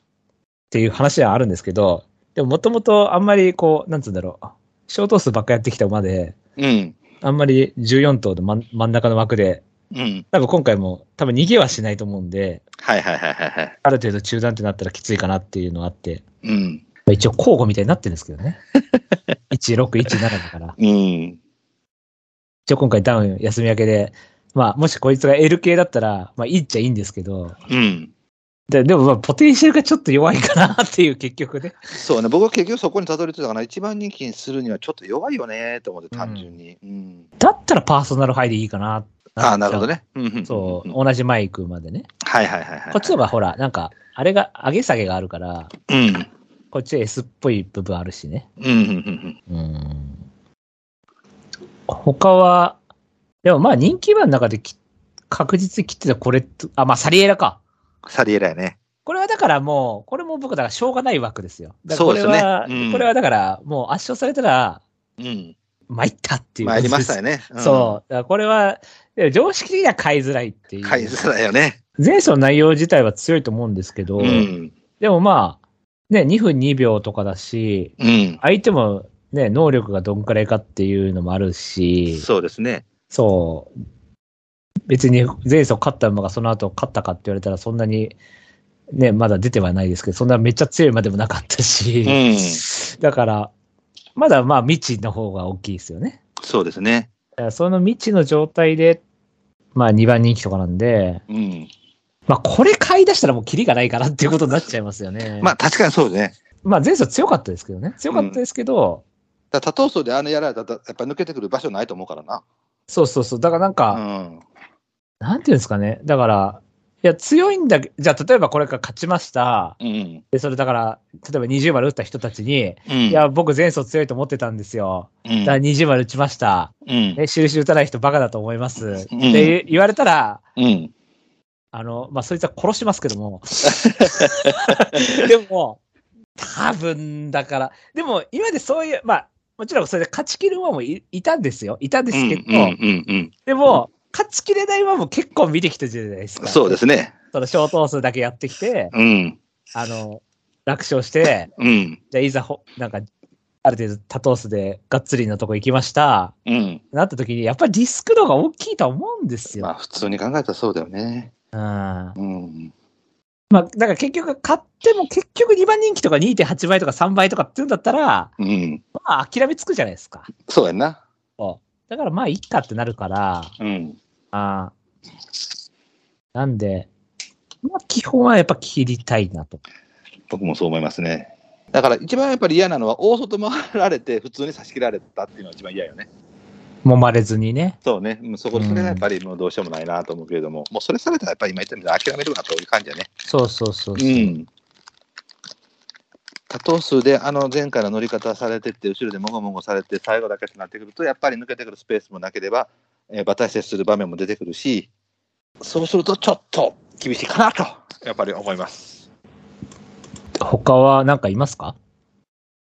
Speaker 1: ていう話はあるんですけど、でももともとあんまりこう、なんつうんだろう、小頭数ばっかやってきた馬で、
Speaker 2: うん、
Speaker 1: あんまり14頭の真ん真ん中の枠で、
Speaker 2: うん。
Speaker 1: 多分今回も多分逃げはしないと思うんで、
Speaker 2: はいはいはいはいはい。
Speaker 1: ある程度中断ってなったらきついかなっていうのがあって、
Speaker 2: うん、
Speaker 1: まあ一応交互みたいになってるんですけど
Speaker 2: *laughs*
Speaker 1: ね。1617だから。
Speaker 2: うん、
Speaker 1: 一応今回ダウン休み明けで、まあもしこいつが L 系だったら、まあいいっちゃいいんですけど、
Speaker 2: うん。
Speaker 1: ででもまあポテンシャルがちょっと弱いかなっていう結局ね。
Speaker 2: そうね、僕は結局そこにたどり着いたから、一番人気にするにはちょっと弱いよねと思って、単純に。うん。
Speaker 1: だったらパーソナルハイでいいかな。
Speaker 2: ああ、なるほど。ね。
Speaker 1: そう、
Speaker 2: んんん
Speaker 1: 同じマイクまでね。
Speaker 2: はいはいはいはい。
Speaker 1: こっちの方がほら、なんか、あれが上げ下げがあるから、
Speaker 2: うん。
Speaker 1: こっち S っぽい部分あるしね。
Speaker 2: うんうんうん
Speaker 1: うん。他は、でもまあ人気馬の中でき確実に切ってたこれと、あ、まあサリエラか。
Speaker 2: うん。サリエラやね。
Speaker 1: これはだからもう、これも僕だからしょうがない枠ですよ。だからこれ
Speaker 2: そうです
Speaker 1: は、
Speaker 2: ねうん
Speaker 1: これはだからもう圧勝されたら、
Speaker 2: うん。
Speaker 1: 参ったっていう
Speaker 2: まあ、
Speaker 1: 感
Speaker 2: や
Speaker 1: じ
Speaker 2: り
Speaker 1: です。
Speaker 2: ましたよね。うん
Speaker 1: そう。だからこれは、でも常識的には買いづらいっていう。
Speaker 2: 買いづらいよね。
Speaker 1: 前走の内容自体は強いと思うんですけど、
Speaker 2: うん。
Speaker 1: でもまあ、ね、2分2秒とかだし、
Speaker 2: うん。
Speaker 1: 相手もね、能力がどんくらいかっていうのもあるし、
Speaker 2: そうですね。
Speaker 1: そう。別に前走勝った馬がその後勝ったかって言われたらそんなに、ね、まだ出てはないですけど、そんなめっちゃ強い馬でもなかったし、
Speaker 2: うん
Speaker 1: だから、まだまあ未知の方が大きいですよね。
Speaker 2: そうですね。
Speaker 1: だからその未知の状態で、まあ2番人気とかなんで、
Speaker 2: うん。
Speaker 1: まあこれ買い出したらもうキリがないかなっていうことになっちゃいますよね。
Speaker 2: まあ、確かにそうですね。
Speaker 1: まあ前走強かったですけどね。強かったですけど、
Speaker 2: だから多頭数であのやられたら、やっぱ抜けてくる場所ないと思うからな。
Speaker 1: そうそうそう。だからなんか、
Speaker 2: うん。
Speaker 1: なんていうんですかね。だから、いや、強いんだけじゃあ、例えばこれから勝ちました。
Speaker 2: うん。
Speaker 1: で、それだから、例えば20丸打った人たちに、
Speaker 2: うん。
Speaker 1: いや、僕前走強いと思ってたんですよ。
Speaker 2: うん、
Speaker 1: だから20丸打ちました。
Speaker 2: うん。
Speaker 1: ね、印打たない人バカだと思います。
Speaker 2: うん
Speaker 1: って言われたら、
Speaker 2: うん。
Speaker 1: あの、まあ、そいつは殺しますけど
Speaker 2: *laughs*
Speaker 1: も。でも、多分だから、でも今までそういう、まあ、もちろんそれで勝ち切る馬もいいたんですよ。いたんですけど、
Speaker 2: うん。うん。
Speaker 1: でも、勝ちきれない馬も結構見てきたじゃないですか。
Speaker 2: そうですね。
Speaker 1: その小頭数だけやってきて、
Speaker 2: うん。
Speaker 1: あの、楽勝して、
Speaker 2: うん。
Speaker 1: じゃあいざほ、なんか、ある程度多頭数でがっつりのとこ行きました。
Speaker 2: うん。
Speaker 1: なった時に、やっぱりリスクの方が大きいとは思うんです
Speaker 2: まあ、
Speaker 1: よ。
Speaker 2: 普通に考えたらそうだよね。
Speaker 1: まあ、うん。
Speaker 2: うん。
Speaker 1: まあ、だから結局、買っても結局2番人気とか2.8倍とか3倍とかっていうんだったら、
Speaker 2: うん。
Speaker 1: まあ諦めつくじゃないですか。
Speaker 2: そうやんな。
Speaker 1: だからまあいいかってなるから、
Speaker 2: うん。
Speaker 1: ああなんで、まあ基本はやっぱ切りたいなと。
Speaker 2: 僕もそう思いますね。だから一番やっぱり嫌なのは、大外回られて、普通に差し切られたっていうのが一番嫌よね。
Speaker 1: 揉まれずにね。
Speaker 2: そうね、うんそこ、
Speaker 1: うん
Speaker 2: それがやっぱりもうどうしようもないなと思うけれども、もうそれされたらやっぱり今言ったみたいに諦めるわという感じやね。
Speaker 1: そうそうそうそう。
Speaker 2: うん。多頭数で、あの前回の乗り方されてって、後ろでもごもごされて、最後だけってなってくると、やっぱり抜けてくるスペースもなければ、えー馬体接する場面も出てくるし、そうするとちょっと厳しいかなと、やっぱり思います。
Speaker 1: 他は何かいますか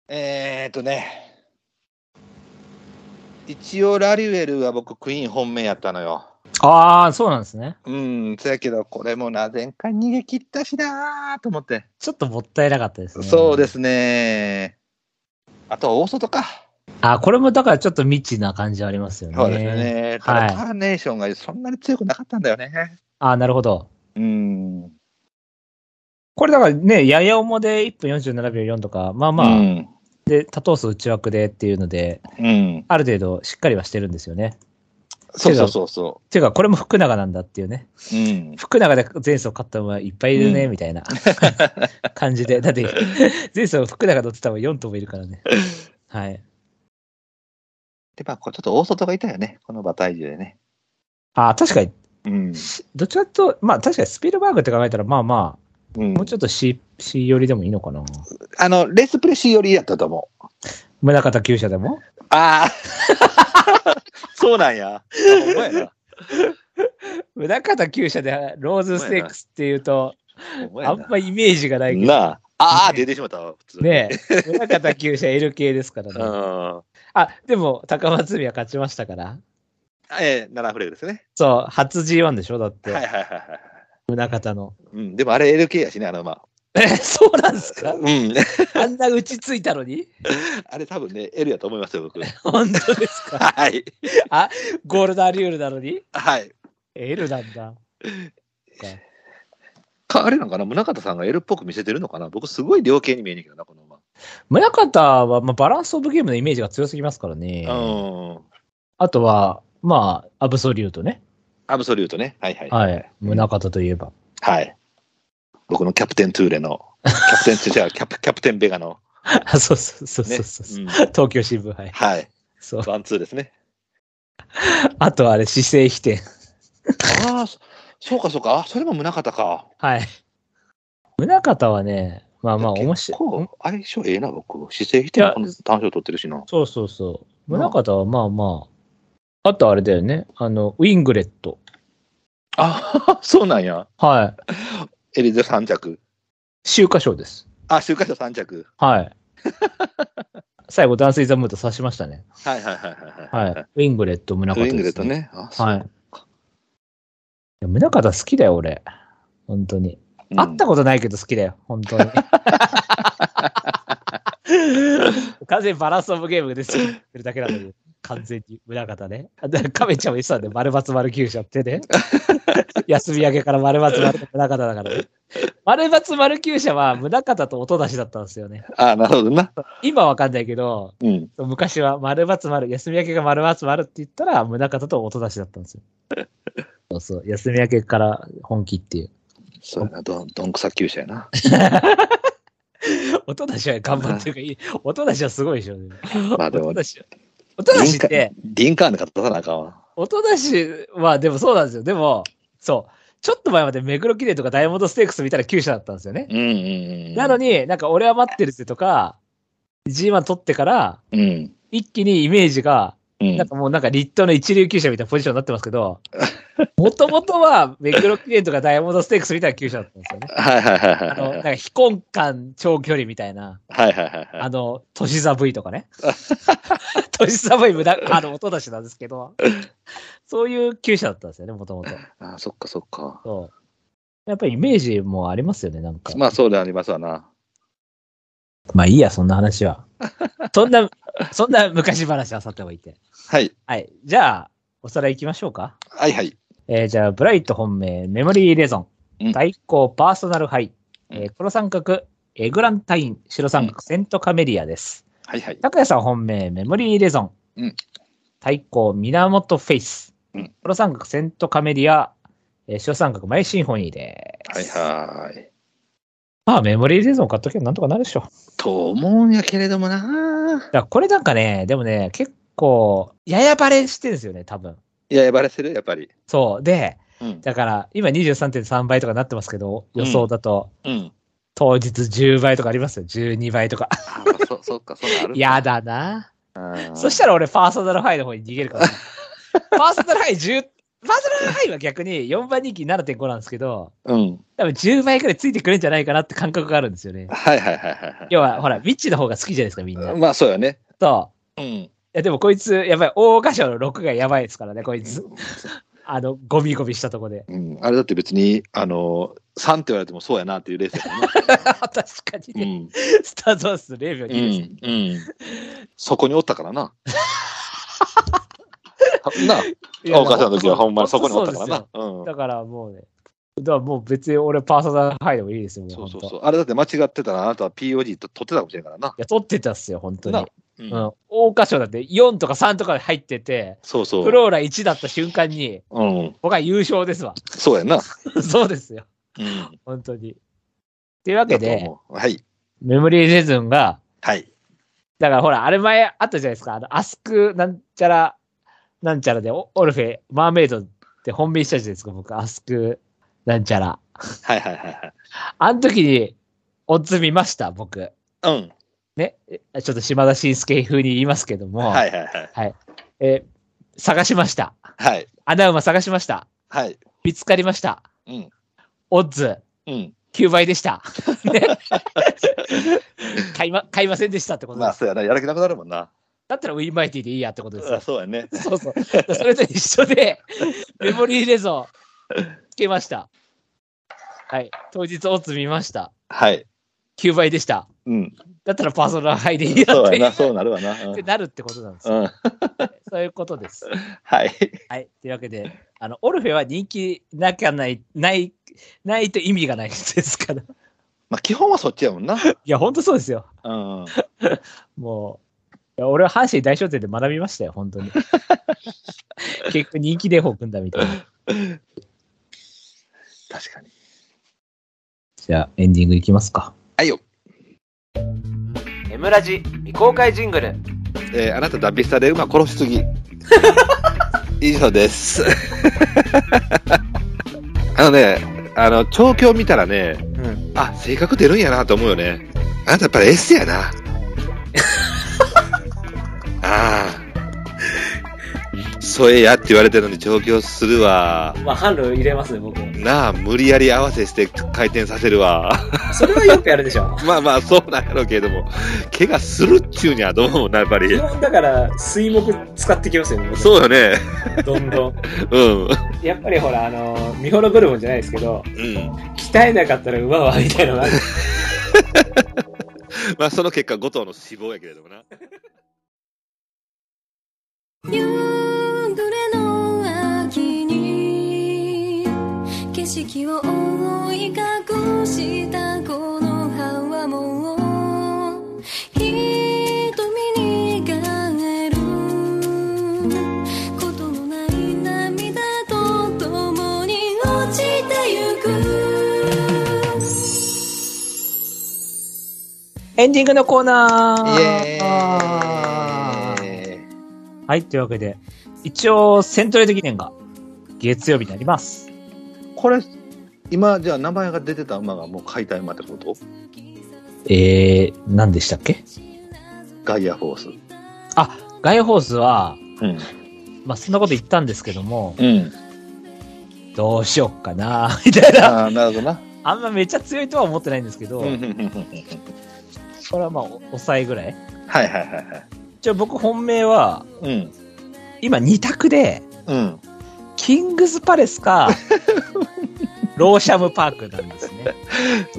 Speaker 2: えーっとね、一応ラリュエルは僕、クイーン本命やったのよ。
Speaker 1: ああ、そうなんですね。
Speaker 2: うん、そやけど、これもな、前回逃げ切ったしなーと思って。
Speaker 1: ちょっともったいなかったですね。
Speaker 2: そうで。すね。あと、大外か。
Speaker 1: あーこれもだからちょっと未知な感じはありますよね。
Speaker 2: そうですね。た
Speaker 1: は
Speaker 2: だ、
Speaker 1: い
Speaker 2: カーネーションがそんなに強くなかったんだよね。
Speaker 1: ああ、なるほど。
Speaker 2: うん。
Speaker 1: これだからね、やや重で1分47秒4とか、まあまあ、
Speaker 2: うん。
Speaker 1: で、多頭数内枠でっていうので、
Speaker 2: うん。
Speaker 1: ある程度しっかりはしてるんですよね。
Speaker 2: そうそうそうそ
Speaker 1: ていうか、これも福永なんだっていうね。
Speaker 2: う。うん。
Speaker 1: 福永で前走勝った馬いっぱいいるね、
Speaker 2: うん
Speaker 1: みたいな感じで。だって、前走福永乗ってた馬4頭もいるからね。はい。
Speaker 2: で、まあ、これちょっと大外がいたよね。この馬体重でね。
Speaker 1: ああ、確かに、
Speaker 2: うん。
Speaker 1: どっちかというと、まあ確かにスピルバーグって考えたら、まあまあ、
Speaker 2: うん
Speaker 1: もうちょっと C, C 寄りでもいいのかな。
Speaker 2: あの、レースプレッシー寄りやったと思う。
Speaker 1: 宗像厩舎でも
Speaker 2: ああ。そうなんや。あほんまやな
Speaker 1: 宗像厩舎でローズステークスっていうと、
Speaker 2: ほんまや
Speaker 1: あんまイメージがないけど。
Speaker 2: なあ。ああ、出てしまったわ、普通に。
Speaker 1: ねえ。宗像厩舎 L 系ですから
Speaker 2: うん。
Speaker 1: ね。
Speaker 2: あ
Speaker 1: あ、でも、高松宮勝ちましたから。
Speaker 2: ええ、7フレークですね。
Speaker 1: そう、初 G1 でしょだっ
Speaker 2: はいはい
Speaker 1: て、
Speaker 2: はいはい。
Speaker 1: 宗像
Speaker 2: *laughs*
Speaker 1: の。
Speaker 2: うん、でもあれ LK やしね、あの馬。
Speaker 1: え、そうなんですか
Speaker 2: うん。
Speaker 1: あんな打ちついたのに
Speaker 2: *laughs* あれ多分ね、L やと思いますよ、僕。
Speaker 1: 本当ですか
Speaker 2: はい。
Speaker 1: ゴールダーリュールなのに
Speaker 2: はい。
Speaker 1: ?L なんだ。
Speaker 2: かあれなんかな、宗像さんが L っぽく見せてるのかな。僕、すごい量形に見えねえけどな、この馬。
Speaker 1: 宗像は、まあ、バランスオブゲームのイメージが強すぎますからね。
Speaker 2: うん。
Speaker 1: あとは、まあ、アブソリュートね。
Speaker 2: アブソリュートね。はいはい。
Speaker 1: はい。宗像といえば。
Speaker 2: はい。僕のキャプテントゥーレの、キャプテントゥーレ、じゃあキャプキャプテンベガの、
Speaker 1: あ、そうそうそう
Speaker 2: ね。
Speaker 1: そうそう、
Speaker 2: うん
Speaker 1: 東京新聞杯。
Speaker 2: はい。
Speaker 1: そう。
Speaker 2: ワンツーですね。
Speaker 1: あとはあれ、姿勢否定。
Speaker 2: ああ、そそうかそうか。あ、それも宗像か。
Speaker 1: はい。宗像はね、まあまあ面
Speaker 2: 結
Speaker 1: 白い。
Speaker 2: 構、相性ええな、僕。姿勢否定
Speaker 1: いや
Speaker 2: この単勝取ってるしな。
Speaker 1: そうそうそう。宗像はまあまあ。あとあれだよね。あの、ウィングレット。 *laughs*
Speaker 2: あそうなんや。
Speaker 1: は
Speaker 2: エリゼ3着。
Speaker 1: い。秋華賞です。
Speaker 2: あ、週刊賞3着。
Speaker 1: はい。 *laughs* 最後、ダンスイザムート刺しましたね。
Speaker 2: はいはいはい
Speaker 1: は
Speaker 2: はいい。はい。。
Speaker 1: ウィングレット、宗像
Speaker 2: ウ
Speaker 1: です、
Speaker 2: ィングレット。ね。あ、そう
Speaker 1: はい。いや宗像好きだよ、俺。本当に。
Speaker 2: うん
Speaker 1: 会ったことないけど好きだよ、本当
Speaker 2: *laughs*
Speaker 1: に。完全にバランスオブゲームですよ。るだけなんだけど、完全に宗像ね。あだから亀ちゃんも言ってたんで、丸抜丸九社ってね。休み明けから丸抜丸宗像だからね。丸抜丸九社は宗像と音出しだったんですよね。
Speaker 2: あ、なるほどな。
Speaker 1: 今はわかんないけど、
Speaker 2: うん。
Speaker 1: 昔は丸×丸、休み明けが丸×丸って言ったら、宗像と音出しだったんですよ。そうそう、休み明けから本気っていう。
Speaker 2: そうやな。どん、どんくさ厩舎や
Speaker 1: *laughs*
Speaker 2: な。
Speaker 1: 音出しは頑張ってるからい
Speaker 2: *laughs*
Speaker 1: い。音出しはすごいでしょ、ね。
Speaker 2: まあでも
Speaker 1: 音出しは。音出しっ
Speaker 2: リン
Speaker 1: て、
Speaker 2: カリンカーンの方出さなあかんわ。
Speaker 1: 音出しはでもそうなんですよ。でも、そう。ちょっと前まで目黒記念とかダイヤモンドステークス見たら厩舎だったんですよね。
Speaker 2: うんうんうん。
Speaker 1: なのに、なんか俺は待ってるぜとか、G1 取ってから、
Speaker 2: うん。
Speaker 1: 一気にイメージが、
Speaker 2: うん
Speaker 1: なん。かもうなんか立東の一流厩舎みたいなポジションになってますけ
Speaker 2: *laughs*
Speaker 1: ど、もともとは目黒記念とかダイヤモンドステークスみたいな厩舎だったんですよね。
Speaker 2: はいはいはいは
Speaker 1: あ
Speaker 2: い
Speaker 1: の、
Speaker 2: *laughs* は
Speaker 1: なん
Speaker 2: い。
Speaker 1: か非根幹長距離みたいな、
Speaker 2: はいはいはいは
Speaker 1: あ
Speaker 2: い。
Speaker 1: の、都市ザ V とかね。 *laughs* 都市ザ V 無駄、あの、音出しなんですけど、そういう厩舎だったんですよね、もともと。
Speaker 2: あ、そっかそっか。
Speaker 1: そう。やっぱりイメージもありますよね、なんか。
Speaker 2: まあそうでありますわな。
Speaker 1: まあいいや、そんな話は。そんな、そんな昔話はさておいて。
Speaker 2: はい。
Speaker 1: はい。じゃあ、おさらい行きましょうか。
Speaker 2: はいはい。
Speaker 1: えーじゃあ、ブライト本命、メモリーレゾ
Speaker 2: う
Speaker 1: ン、
Speaker 2: ん
Speaker 1: 対抗パーソナルハイ、
Speaker 2: うん
Speaker 1: えー黒三角、エグランタイン、白三角、セントカメリアです。
Speaker 2: はいはい。
Speaker 1: 高谷さん本命、メモリーレゾン、
Speaker 2: うん
Speaker 1: 対抗、源フェイス、
Speaker 2: うん
Speaker 1: 黒三角、セントカメリア、えー白三角、マイシンフォニーです。
Speaker 2: はいはい。
Speaker 1: まあ、メモリーレゾン買っとけばなんとかなるでしょ。だか
Speaker 2: と思うんやけれどもな。
Speaker 1: らこれなんかね、でもね、結構、ややバレしてるんですよね、多分。
Speaker 2: いや、やばれしてるやっぱり。
Speaker 1: そう。で、
Speaker 2: うん。
Speaker 1: だから、今23.3倍とかなってますけど、予想だと、
Speaker 2: うん。
Speaker 1: 当日10倍とかありますよ。12倍とか。
Speaker 2: あそ、 *laughs* そっか、そんなんある。
Speaker 1: やだな。
Speaker 2: うん。
Speaker 1: そしたら俺、パーソナルハイの方に逃げる
Speaker 2: *laughs*
Speaker 1: から。パーソナルハイ10、パーソナルハイは逆に4番人気7.5なんですけど、
Speaker 2: うん。
Speaker 1: 多分10倍くらいついてくるんじゃないかなって感覚があるんですよね。
Speaker 2: はいはいはいはいはい。
Speaker 1: 要は、ほら、ビッチの方が好きじゃないですか、みんな。
Speaker 2: まあそうよね。
Speaker 1: と。
Speaker 2: うん。
Speaker 1: いや、でもこいつ、やばい、大賀賞の6がやばいですからね、こいつ。あの、ゴミゴミしたとこ
Speaker 2: *laughs*
Speaker 1: で。
Speaker 2: うん、あれだって別に、あの、3って言われてもそうやなっていうレースやもんな。
Speaker 1: 確か
Speaker 2: *laughs* う
Speaker 1: にね、
Speaker 2: ん。
Speaker 1: スタート数0秒2
Speaker 2: う
Speaker 1: です。
Speaker 2: ん。うん。そこにおったから *laughs* な。なあ、
Speaker 1: いや
Speaker 2: 大川さんの時はほんまにそこにおったから。
Speaker 1: 本
Speaker 2: な。う
Speaker 1: 当
Speaker 2: ん
Speaker 1: そうですよ。だからもうね、だからもう別に俺パーソナルハイでもいいですよ、も
Speaker 2: そうそう
Speaker 1: 本当
Speaker 2: そう。あれだって間違ってたら、あなたは POD と取ってたかもしれんからな。
Speaker 1: いや、取ってたっすよ、本当に
Speaker 2: な。うん
Speaker 1: うん。大箇所だって4とか3とかで入ってて、
Speaker 2: そうそ
Speaker 1: フ
Speaker 2: う。
Speaker 1: ローラ1だった瞬間に、
Speaker 2: うん。
Speaker 1: 僕は優勝です
Speaker 2: *laughs*
Speaker 1: わ。
Speaker 2: そうやな。
Speaker 1: そうですよ、
Speaker 2: うん。
Speaker 1: 本当に。っていうわけ
Speaker 2: だと
Speaker 1: で、
Speaker 2: 思うはい。
Speaker 1: メモリーレズンが、
Speaker 2: はい。
Speaker 1: だからほら、あれ前あったじゃないですか、あの、アスクなんちゃら、なんちゃらで、オオルフェ、マーメイドって本命したじゃないですか、僕、アスクなんちゃら。
Speaker 2: はいはいはい
Speaker 1: あの時に、オッズ見ました、僕。
Speaker 2: はい。うん。
Speaker 1: ね。えちょっと島田紳介風に言いますけども、
Speaker 2: はいはいはい。
Speaker 1: えー探しました。
Speaker 2: はい。
Speaker 1: 穴馬探しました。
Speaker 2: はい。
Speaker 1: 見つかりました。
Speaker 2: うん。
Speaker 1: オッズ
Speaker 2: うん。
Speaker 1: 9倍で
Speaker 2: *laughs*
Speaker 1: した。ね買いま、買いませんでしたってこと
Speaker 2: ま
Speaker 1: で
Speaker 2: あ、
Speaker 1: す。
Speaker 2: そうやな。やる気なくなるもんな。
Speaker 1: だったらウィンマイティでいいやってことですよ
Speaker 2: あ。そうやね。
Speaker 1: そうそう。それと一緒
Speaker 2: *laughs*
Speaker 1: で、メモリーレゾー、つけました。はい。当日、オッズ見ました。
Speaker 2: はい。
Speaker 1: 9倍でした。
Speaker 2: うん。
Speaker 1: だったらパーソナルハイでいいや
Speaker 2: そ
Speaker 1: っ
Speaker 2: う
Speaker 1: て
Speaker 2: やな。そうなるわな。う
Speaker 1: っ
Speaker 2: ん
Speaker 1: て。なるってことなんですよ。
Speaker 2: うん
Speaker 1: そういうことです。
Speaker 2: はい。
Speaker 1: はい。というわけで、あの、オルフェは人気なきゃない、ない、ないと意味がないですから。い
Speaker 2: まあ、基本はそっちやもんな。
Speaker 1: や、ほんとそうですよ。
Speaker 2: うん。
Speaker 1: もう、いや俺は阪神大商店で学びましたよ、本当に。結構人気で本組んだみたいな。
Speaker 2: 確かに。
Speaker 1: じゃあ、エンディングいきますか。
Speaker 2: はいよ。
Speaker 3: エムラジ未公開ジングル
Speaker 2: えーあなた、ダビスタで馬殺し
Speaker 1: *laughs*
Speaker 2: すぎ。以上です。あのね、あの、調教見たらね、
Speaker 1: うん。
Speaker 2: あ、性格出るんやなと思うよね。あなたやっぱりエッセ
Speaker 1: *laughs*
Speaker 2: やな。ああ。添えやって言われてるのに調教するわ。
Speaker 3: まあ販路入れますね僕
Speaker 2: なあ、無理やり合わせして回転させるわ。 *laughs*
Speaker 3: それはよくやるでし *laughs* ょ
Speaker 2: まあまあ、そうなんやろうけれども、怪我するっちゅうにはどうもな、やっぱり。
Speaker 3: 本だから水木使ってきますよね僕
Speaker 2: そうよね。
Speaker 3: どんどん
Speaker 2: うん。
Speaker 3: やっぱりほらあの見滅ぶるもんじゃないですけど
Speaker 2: うん。
Speaker 3: 鍛えなかったら馬はみたいなのがある
Speaker 2: まあ、その結果、後藤の死亡やけれどもな。
Speaker 4: 夕暮れの秋に景色を覆い隠したこの葉はもう瞳に変えることのない涙と共に落ちてゆく
Speaker 1: エンディングのコーナー
Speaker 2: イ
Speaker 1: はい、というわけで、一応、セントレート記念が月曜日になります。
Speaker 2: これ、今、じゃあ、名前が出てた馬がもう解体馬ってこと
Speaker 1: えー、何でしたっけ
Speaker 2: ガイアフォース。
Speaker 1: あ、ガイホースは、
Speaker 2: うん。
Speaker 1: まあ、そんなこと言ったんですけども、
Speaker 2: うん。
Speaker 1: どうしよっかな、 *laughs* みたいな。
Speaker 2: ああ、なるほどな。
Speaker 1: あんまめっちゃ強いとは思ってないんですけど、
Speaker 2: うんうんうんうんうん
Speaker 1: これはまあ、お抑えぐらい。
Speaker 2: はいはいはいはい。
Speaker 1: じゃあ僕本命は、
Speaker 2: うん。
Speaker 1: 今2択で、
Speaker 2: うん。
Speaker 1: キングズパレス
Speaker 2: *laughs*
Speaker 1: か、ローシャムパークなんですね。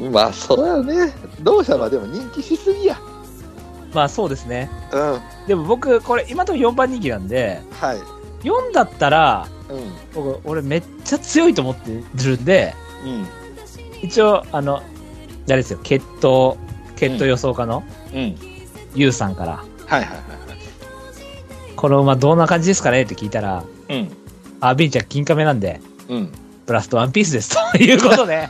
Speaker 2: まあ、そうやね。同社はでも人気しすぎや。
Speaker 1: まあそうですね。
Speaker 2: うん。は
Speaker 1: でも僕、これ今のところ4番人気なんで、
Speaker 2: い。
Speaker 1: 4だったら、
Speaker 2: うん。
Speaker 1: 僕、俺めっちゃ強いと思ってるんで、
Speaker 2: うん。
Speaker 1: 一応、あの、誰ですよ、決闘、決闘予想家の
Speaker 2: うん。
Speaker 1: ユウさんから、
Speaker 2: はいはいはい
Speaker 1: この馬どんな感じですかねって聞いたら、
Speaker 2: はい。
Speaker 1: あ、ビンちゃん金亀なんで、
Speaker 2: うん。うん。
Speaker 1: ブラストワンピースです、ということ
Speaker 2: *laughs*
Speaker 1: で、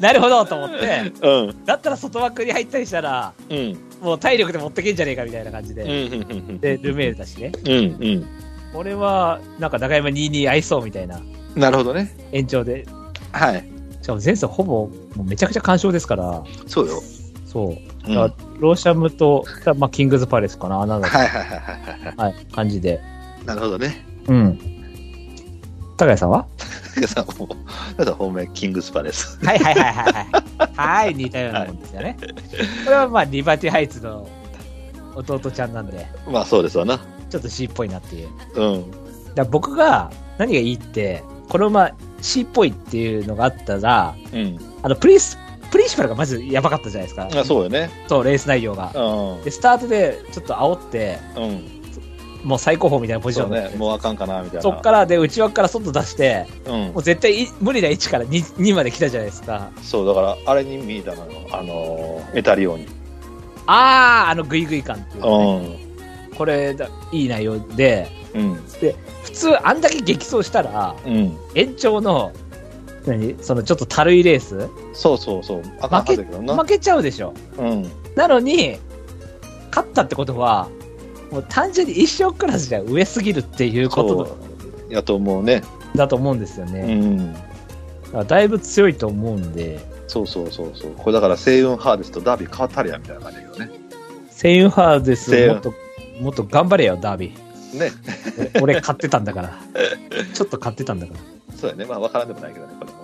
Speaker 1: なるほどと思って、
Speaker 2: うん。
Speaker 1: だったら外枠に入ったりしたら、
Speaker 2: うん。
Speaker 1: もう体力で持ってけんじゃねえかみたいな感じで、
Speaker 2: うん。
Speaker 1: で、ルメールだしね。
Speaker 2: うん。うん。
Speaker 1: 俺は、なんか中山22合いそうみたいな
Speaker 2: なるほどね。
Speaker 1: 延長で、
Speaker 2: はい。
Speaker 1: しかも前走ほぼ、もうめちゃくちゃ干渉ですから、
Speaker 2: そうよ。
Speaker 1: そう。
Speaker 2: うん
Speaker 1: だ
Speaker 2: は
Speaker 1: からローシャムと、まあ、キングズパレスかな、なん
Speaker 2: い
Speaker 1: だ
Speaker 2: *laughs* はいはいはいは
Speaker 1: はい、感じで。
Speaker 2: い。なるほどね。
Speaker 1: うん。高谷さんは
Speaker 2: 皆さんもう、ただ方面、キングスパです。
Speaker 1: はいはいはいはいはい。はい、似たようなもんですよね。これはまあ、リバティハイツの弟ちゃんなんで、
Speaker 2: まあ、そうですわな。
Speaker 1: ちょっと C っぽいなっていう。
Speaker 2: う
Speaker 1: だか
Speaker 2: ん。
Speaker 1: ら僕が、何がいいって、このまあ C っぽいっていうのがあったら、
Speaker 2: うん。
Speaker 1: あの、プリス、プリンシパルがまずやばかったじゃないですか。
Speaker 2: あそうよね。
Speaker 1: そう、レース内容が
Speaker 2: う。ん。
Speaker 1: で、スタートでちょっと煽って、
Speaker 2: うん。
Speaker 1: もう最高峰みたいなポジショ
Speaker 2: そう
Speaker 1: ンで、
Speaker 2: ね。もうあかんかな、みたいな。
Speaker 1: そっからで内枠から外出して、
Speaker 2: うん
Speaker 1: もう。絶対い無理な位置から 2, 2まで来たじゃないですか。
Speaker 2: そう、だから、あれに見えたのよ。あのー、エタリオに。
Speaker 1: あー、あのグイグイ感っていうかね、
Speaker 2: う
Speaker 1: これだ、いい内容で、
Speaker 2: ん。うん。
Speaker 1: 普通あんだけ激走したら、
Speaker 2: うん。
Speaker 1: 延長の、何そのちょっとたるいレース、
Speaker 2: そうそうそう。あかん
Speaker 1: 負
Speaker 2: は
Speaker 1: け
Speaker 2: ずやけどな
Speaker 1: 負。けちゃうでしょ。
Speaker 2: うん。
Speaker 1: なのに、勝ったってことは、もう単純に一生クラスじゃ上すぎるっていうこと
Speaker 2: そう。やと思うね。
Speaker 1: だと思うんですよね。
Speaker 2: うん。
Speaker 1: だからだいぶ強いと思うんで、
Speaker 2: そうそうそうそう。これだから、星雲ハーデスとダービー変わったりや、みたいな感じだけどね。
Speaker 1: セインハーデス
Speaker 2: セイン
Speaker 1: もっと、もっと頑張れよ、ダービー。
Speaker 2: ね。 *laughs*
Speaker 1: 俺俺買ってたんだから。ちょっと買ってたんだから。
Speaker 2: そうやね、まあ分からんでもないけどね、これも。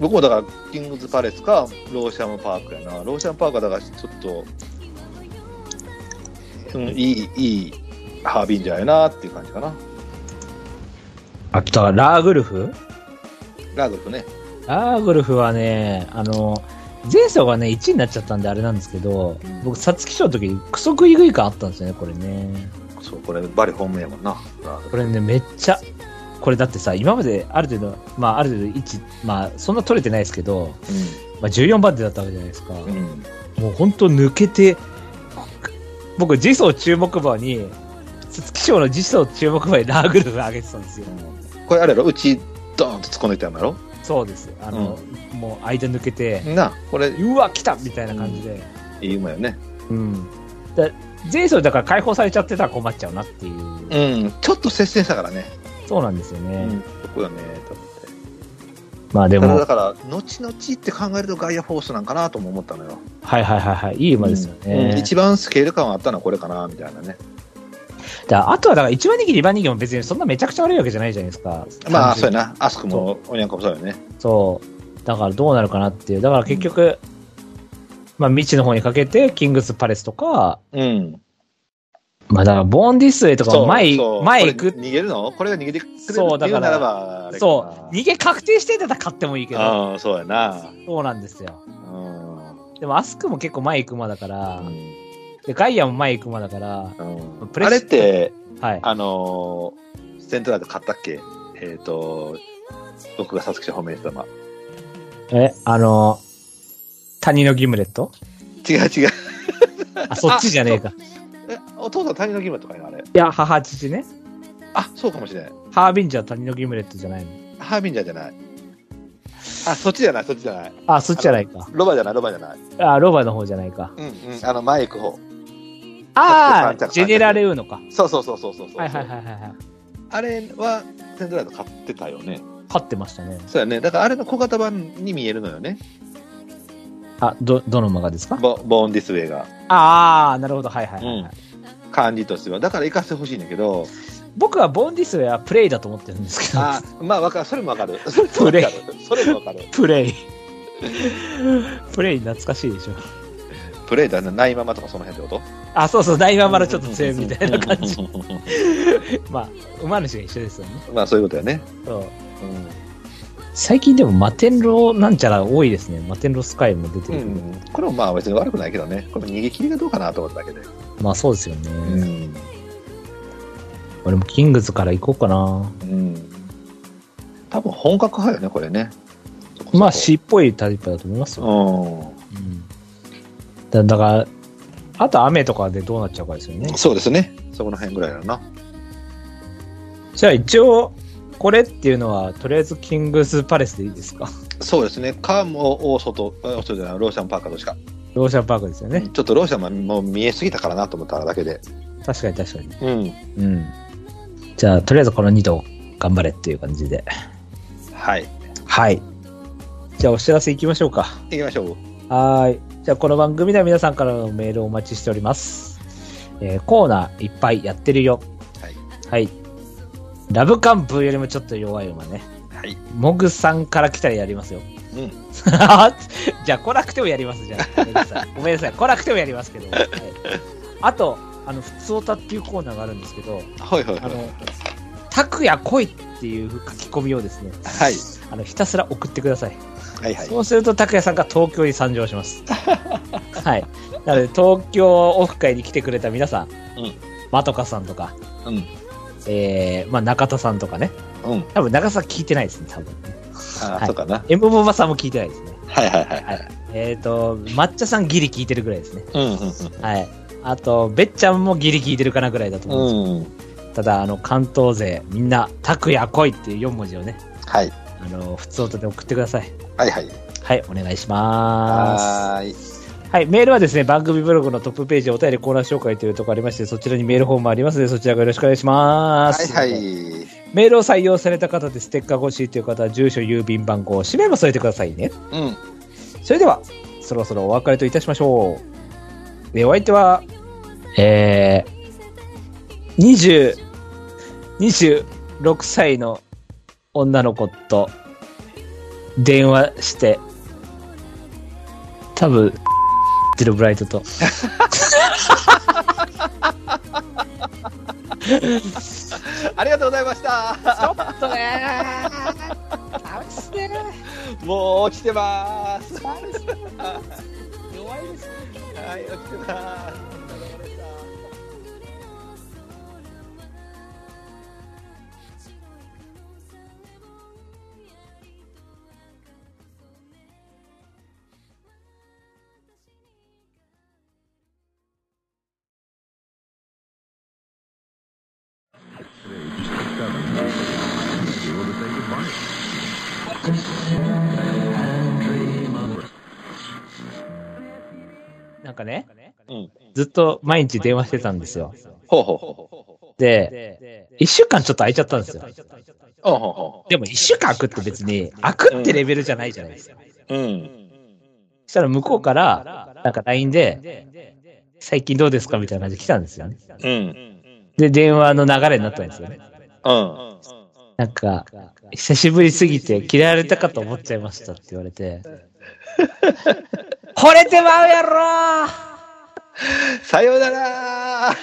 Speaker 2: 僕もだから、キングズパレスか、ローシャムパークやな。ローシャムパークはだから、ちょっと、うん、いい、いい、ハービンジャーやなっていう感じかな。
Speaker 1: あとは、ラーグルフ
Speaker 2: ラグルフね。
Speaker 1: ラーグルフはね、あの、前走がね、1位になっちゃったんであれなんですけど、僕、皐月賞の時、クソ食い食い感あったんですよね、これね。
Speaker 2: そう、これ、バリ本命やもんな。ラーグル
Speaker 1: これね、めっちゃ、これだってさ、今まである程度、まあ、ある程度位置、まあ、そんな取れてないですけど、まあ、14番手だったわけじゃないですか。
Speaker 2: フうん。
Speaker 1: もう本当抜けて、僕、次走注目馬に、皐月賞の次走注目馬にラーグルフ上げてたんですよ。
Speaker 2: これ、あれやろ、うち、ドーンと突っ込んでいったんだろ。
Speaker 1: そうです。あの、もう間抜けて、
Speaker 2: な、これ、
Speaker 1: うわ、来たみたいな感じで。
Speaker 2: いい馬よね。
Speaker 1: うん。だ前走だから解放されちゃってたら困っちゃうなっていう。
Speaker 2: うん、ちょっと接戦したからね。
Speaker 1: そうなんですよね。
Speaker 2: うん、そこよね、と思って。
Speaker 1: まあで
Speaker 2: ただ
Speaker 1: も、
Speaker 2: だから、後々って考えるとガイアフォースなんかなとも思ったのよ。
Speaker 1: はいはいはいはい。いい馬ですよね。
Speaker 2: うん一番スケール感はあったのはこれかな、みたいなね。
Speaker 1: だあとはだから1番人気、2番人気も別にそんなめちゃくちゃ悪いわけじゃないじゃないですか。
Speaker 2: まあ、
Speaker 1: 30
Speaker 2: そうやな。アスクもおにゃんこもそうやね。
Speaker 1: そう。だからどうなるかなっていう。だから結局、まあ未知の方にかけて、キングスパレスとか、
Speaker 2: うん。
Speaker 1: まあだからボーンディスウェイとか
Speaker 2: そ
Speaker 1: も
Speaker 2: う
Speaker 1: 前
Speaker 2: そ
Speaker 1: 行
Speaker 2: う
Speaker 1: く、前
Speaker 2: これ
Speaker 1: 行く。
Speaker 2: 逃げるのこれが逃げてくれるって
Speaker 1: そうだ
Speaker 2: い
Speaker 1: か
Speaker 2: う
Speaker 1: ら
Speaker 2: ならば、
Speaker 1: そう。逃げ確定してんだったら買ってもいいけ
Speaker 2: う。
Speaker 1: ど、
Speaker 2: ああ、そうやな。
Speaker 1: そうなんですよ。
Speaker 2: うん。
Speaker 1: でもアスクも結構前行く馬だから
Speaker 2: う、
Speaker 1: でガイアも前行く馬だから、
Speaker 2: ん
Speaker 1: プレッ
Speaker 2: あれって、
Speaker 1: はい。
Speaker 2: あのー、セントラード買ったっけえっと、僕がサツキシ褒めてたの。
Speaker 1: え、あの、谷のギムレット
Speaker 2: 違う違う。
Speaker 1: あ、そっちじゃねえか。
Speaker 2: え、お父さん、谷の義務とかやなあれ。
Speaker 1: いや、母父ね。
Speaker 2: あ、そうかもしれない。
Speaker 1: ハービンジャー谷のギムレットじゃないの。
Speaker 2: ハービンジャーじゃない。あ、そっちじゃない、そっちじゃない。
Speaker 1: あ、そっちじゃないか。
Speaker 2: ロバじゃない、ロバじゃない。
Speaker 1: あ、ロバの方じゃないか。
Speaker 2: うんうん。あの、前行く方。
Speaker 1: あ
Speaker 2: 三
Speaker 1: あ、
Speaker 2: 着
Speaker 1: ジェネラルウーのか。
Speaker 2: そうそうそうそうそうそう。
Speaker 1: はいはいはいはいはい。
Speaker 2: あれは、セントライド買ってたよね。
Speaker 1: 勝ってましたね。
Speaker 2: そうやね。だからあれの小型版に見えるのよね。
Speaker 1: あ、ど、どの馬がですか
Speaker 2: ボボーンディスウェイが。
Speaker 1: ああ、なるほど。はいはい、はいはい
Speaker 2: 感じとしては。だから行かせてほしいんだけど。
Speaker 1: 僕はボンディスウェアはプレイだと思ってるんですけど。
Speaker 2: あまあわかる。それもわかる。それもわかる。それもわかる。
Speaker 1: プレイ。 *laughs* プレイ懐かしいでしょ。
Speaker 2: プレイだな、ないままとかその辺ってこ
Speaker 1: あ、そうそう、大
Speaker 2: と
Speaker 1: 馬まだちょっと強いみたいな感 *laughs* じ。。まあ、馬主が一緒ですよね。
Speaker 2: まあそういうことよね。
Speaker 1: そう。最近でもマテンロなんちゃら多いですね。マテンロスカイも出て
Speaker 2: う
Speaker 1: る
Speaker 2: ん。
Speaker 1: けど、
Speaker 2: うんこれもまあ別に悪くないけどね。これ逃げ切りがどうかなと思っただけで。
Speaker 1: まあそうですよね、
Speaker 2: うん。
Speaker 1: 俺もキングズから行こうかな。
Speaker 2: うん。多分本格派よね、これね。そこそこ
Speaker 1: まあ死っぽいタイプだと思いますよ。
Speaker 2: う
Speaker 1: うんだだから、あと雨とかでどうなっちゃうかですよね
Speaker 2: ん。。そうですね。そこの辺ぐらいだな。
Speaker 1: じゃあ一応、これっていうのは、とりあえずキングズパレスでいいです
Speaker 2: *laughs*
Speaker 1: か。
Speaker 2: そうですね。カーも大外、大外じゃない、ローシャンパーカーどっちか。
Speaker 1: ローシャンパークですよね。
Speaker 2: ちょっとローシャンはもう見えすぎたからなと思っただけで。
Speaker 1: 確かに確かに。
Speaker 2: うん。
Speaker 1: うん。じゃあ、とりあえずこの2頭頑張れっていう感じで。
Speaker 2: はい。
Speaker 1: はい。じゃあお知らせいきましょうか。
Speaker 2: 行きましょう。
Speaker 1: はーい。じゃあ、この番組では皆さんからのメールをお待ちしております。えーコーナーいっぱいやってるよ。
Speaker 2: はい。
Speaker 1: はい。ラブカンプよりもちょっと弱い馬ね。
Speaker 2: はい。
Speaker 1: モグさんから来たらやりますよ。 *laughs*
Speaker 2: うん。
Speaker 1: じゃあ、来なくてもやります、じゃあ。ごめんなさい。ごめんなさい。来なくてもやりますけど。はい、あと、あの、普通歌っていうコーナーがあるんですけど、
Speaker 2: はいはい
Speaker 1: あ
Speaker 2: はい。
Speaker 1: の、拓也来いっていう書き込みをですね、
Speaker 2: はい。
Speaker 1: あの、ひたすら送ってください。
Speaker 2: はいはい。
Speaker 1: そうすると、拓也さんが東京に参上し
Speaker 2: *laughs*
Speaker 1: ます。はい。なので、東京オフ会に来てくれた皆さん、
Speaker 2: うん
Speaker 1: まとかさんとか、
Speaker 2: うん。
Speaker 1: えー、まあ、中田さんとかね。
Speaker 2: うん。
Speaker 1: 多分、中田さん聞いてないですね、多分。
Speaker 2: あ
Speaker 1: は
Speaker 2: あ、
Speaker 1: い
Speaker 2: そうかな。
Speaker 1: エムボバさんも聞いてないですね。
Speaker 2: はいはいはい。
Speaker 1: えっ、と、抹茶さんギリ聞いてるぐらいですね。
Speaker 2: うん
Speaker 1: はい。あと、べっちゃんもギリ聞いてるかなぐらいだと
Speaker 2: うん
Speaker 1: 思うんで
Speaker 2: うん。うん。
Speaker 1: す、ただ、あの、関東勢、みんな、拓也来いっていう4文字をね、
Speaker 2: はい。
Speaker 1: あの、普通音で送ってください。
Speaker 2: はいはい。
Speaker 1: はい、お願いします。
Speaker 2: はーい。
Speaker 1: はい、メールはですね、番組ブログのトップページ、お便りコーナー紹介というところありまして、そちらにメールフォームありますので、そちらがよろしくお願いしま
Speaker 2: はい
Speaker 1: す。
Speaker 2: はい。
Speaker 1: メールを採用された方でステッカー欲しいという方は、住所、郵便番号、氏名も添えてくださいね。
Speaker 2: うん。
Speaker 1: それでは、そろそろお別れといたしましょう。で、お相手は、えー、20、 6歳の女の子と電話して、多分、ってるブライトと。
Speaker 2: ありがとうございました。
Speaker 1: ちょっとねー、試してる。
Speaker 2: もう落ちてます。
Speaker 1: 弱いですね。
Speaker 2: はい、落ちてます。
Speaker 1: なんかね、
Speaker 2: うん。
Speaker 1: ずっと毎日電話してたんですよ。
Speaker 2: ほうほうほうほ
Speaker 1: で、1週間ちょっと空いちゃったんですよ。
Speaker 2: う。ほうほうほ
Speaker 1: でも1週間空くって別に、空くってレベルじゃないじゃないですか。
Speaker 2: う。うん。
Speaker 1: そしたら向こうから、なんか LINE で、最近どうですかみたいな感じで来たんですよね。
Speaker 2: うん。
Speaker 1: で、電話の流れになったんですよね。
Speaker 2: うん。
Speaker 1: なんか、久しぶりすぎて嫌われたかと思っちゃいましたって言われて。惚れてまうやろ
Speaker 2: さようなら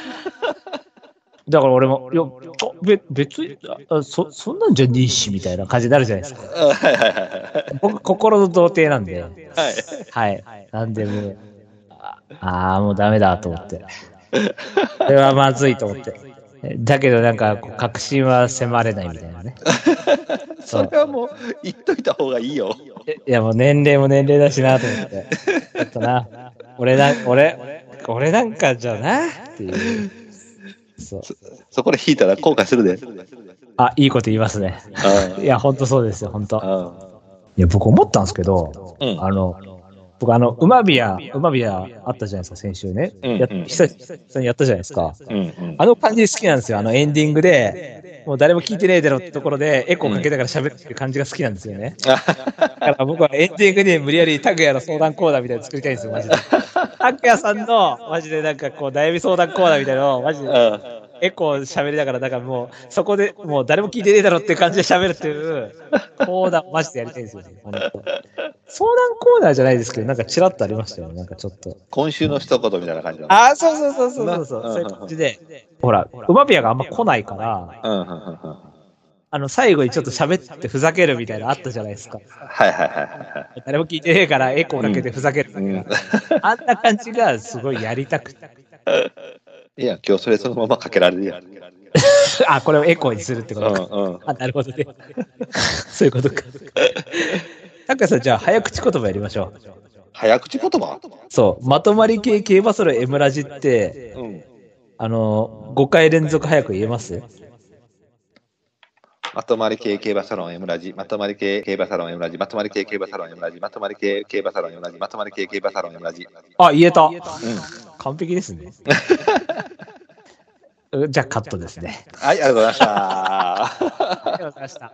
Speaker 1: だから俺も、いや、ちょべ別にあそ、そんなんじゃねえし、みたいな感じになるじゃないですか。
Speaker 2: はいはいはい
Speaker 1: 僕、心の童貞なんで。
Speaker 2: はい。
Speaker 1: はい。なんでもう、ああー、もうダメだと思って。それはまずいと思って。だけどなんかこう、確信は迫れないみたいなね。そ
Speaker 2: そうれ。はもう言っといた方がいいよ。
Speaker 1: いやもう年齢も年齢だしなと思って。ちょっとな、俺な、俺、俺なんかじゃなっていう。そう。
Speaker 2: そこで引いたら後悔するで。
Speaker 1: あ、いいこと言いますね。
Speaker 2: うん
Speaker 1: いや、ほんとそうですよ、ほんと。
Speaker 2: う
Speaker 1: いや、僕思ったんですけど、
Speaker 2: うん
Speaker 1: あの、僕あの、馬ビア、馬ビアあったじゃないですか、先週ね。
Speaker 2: うん
Speaker 1: やっ
Speaker 2: うん
Speaker 1: 久々にやったじゃないですか。
Speaker 2: んうん
Speaker 1: あの感じ好きなんですよ、あのエンディングで、もう誰も聞いてねえだろってところで、エコーかけながら喋るっていう感じが好きなんですよね。だから僕はエンディングに無理やりタグヤの相談コーナーみたいなの作りたいんですよ、マジ
Speaker 2: *laughs*
Speaker 1: で。タグヤさんの、マジでなんかこう、悩み相談コーナーみたいなのを、マジで。
Speaker 2: う
Speaker 1: エコー喋りながら、だからもう、そこでもう誰も聞いてねえだろっていう感じで喋るって *laughs* いう、コーナーをマジでやりたいんですよね、本当相談コーナーじゃないですけど、なんかチラッとありましたよね、なんかちょっと。
Speaker 2: 今週の一言みたいな感じだね
Speaker 1: ああ、そうそうそうそうそうそう、
Speaker 2: うん
Speaker 1: そういう感じで。ほら、ウマピアがあんま来ないから、
Speaker 2: うんうんうんうんは
Speaker 1: あの、最後にちょっと喋ってふざけるみたいなのあったじゃないですか。
Speaker 2: いはいはいはい
Speaker 1: 誰も聞いてねえから、エコーかけてふざけるだけだからあんな感じがすごいやりたくて。
Speaker 2: いや、今日それそのままかけられるやん。うん
Speaker 1: あ、これをエコーにするってことか。
Speaker 2: うん。
Speaker 1: あ、なるほどね。 *laughs* そういうことか。タッカーさん、じゃあ、早口言葉やりましょう。
Speaker 2: 早口言葉
Speaker 1: そう、まとまり系競馬ソロ M ラジって、
Speaker 2: うん。
Speaker 1: あの、5回連続早く言えます
Speaker 2: まとまり系競馬サロン M ラジ、まとまり系競馬サロン M ラジ、まとまり系競馬サロン M ラジ、まとまり系競馬サロン M ラジ、まとまり系競馬サロン M ラジ。
Speaker 1: あ、言えた。
Speaker 2: うん。
Speaker 1: 完璧です
Speaker 2: *laughs*
Speaker 1: ね。じゃあ、カットですね。
Speaker 2: はい、ありがとうございました。
Speaker 1: ありがとうございました。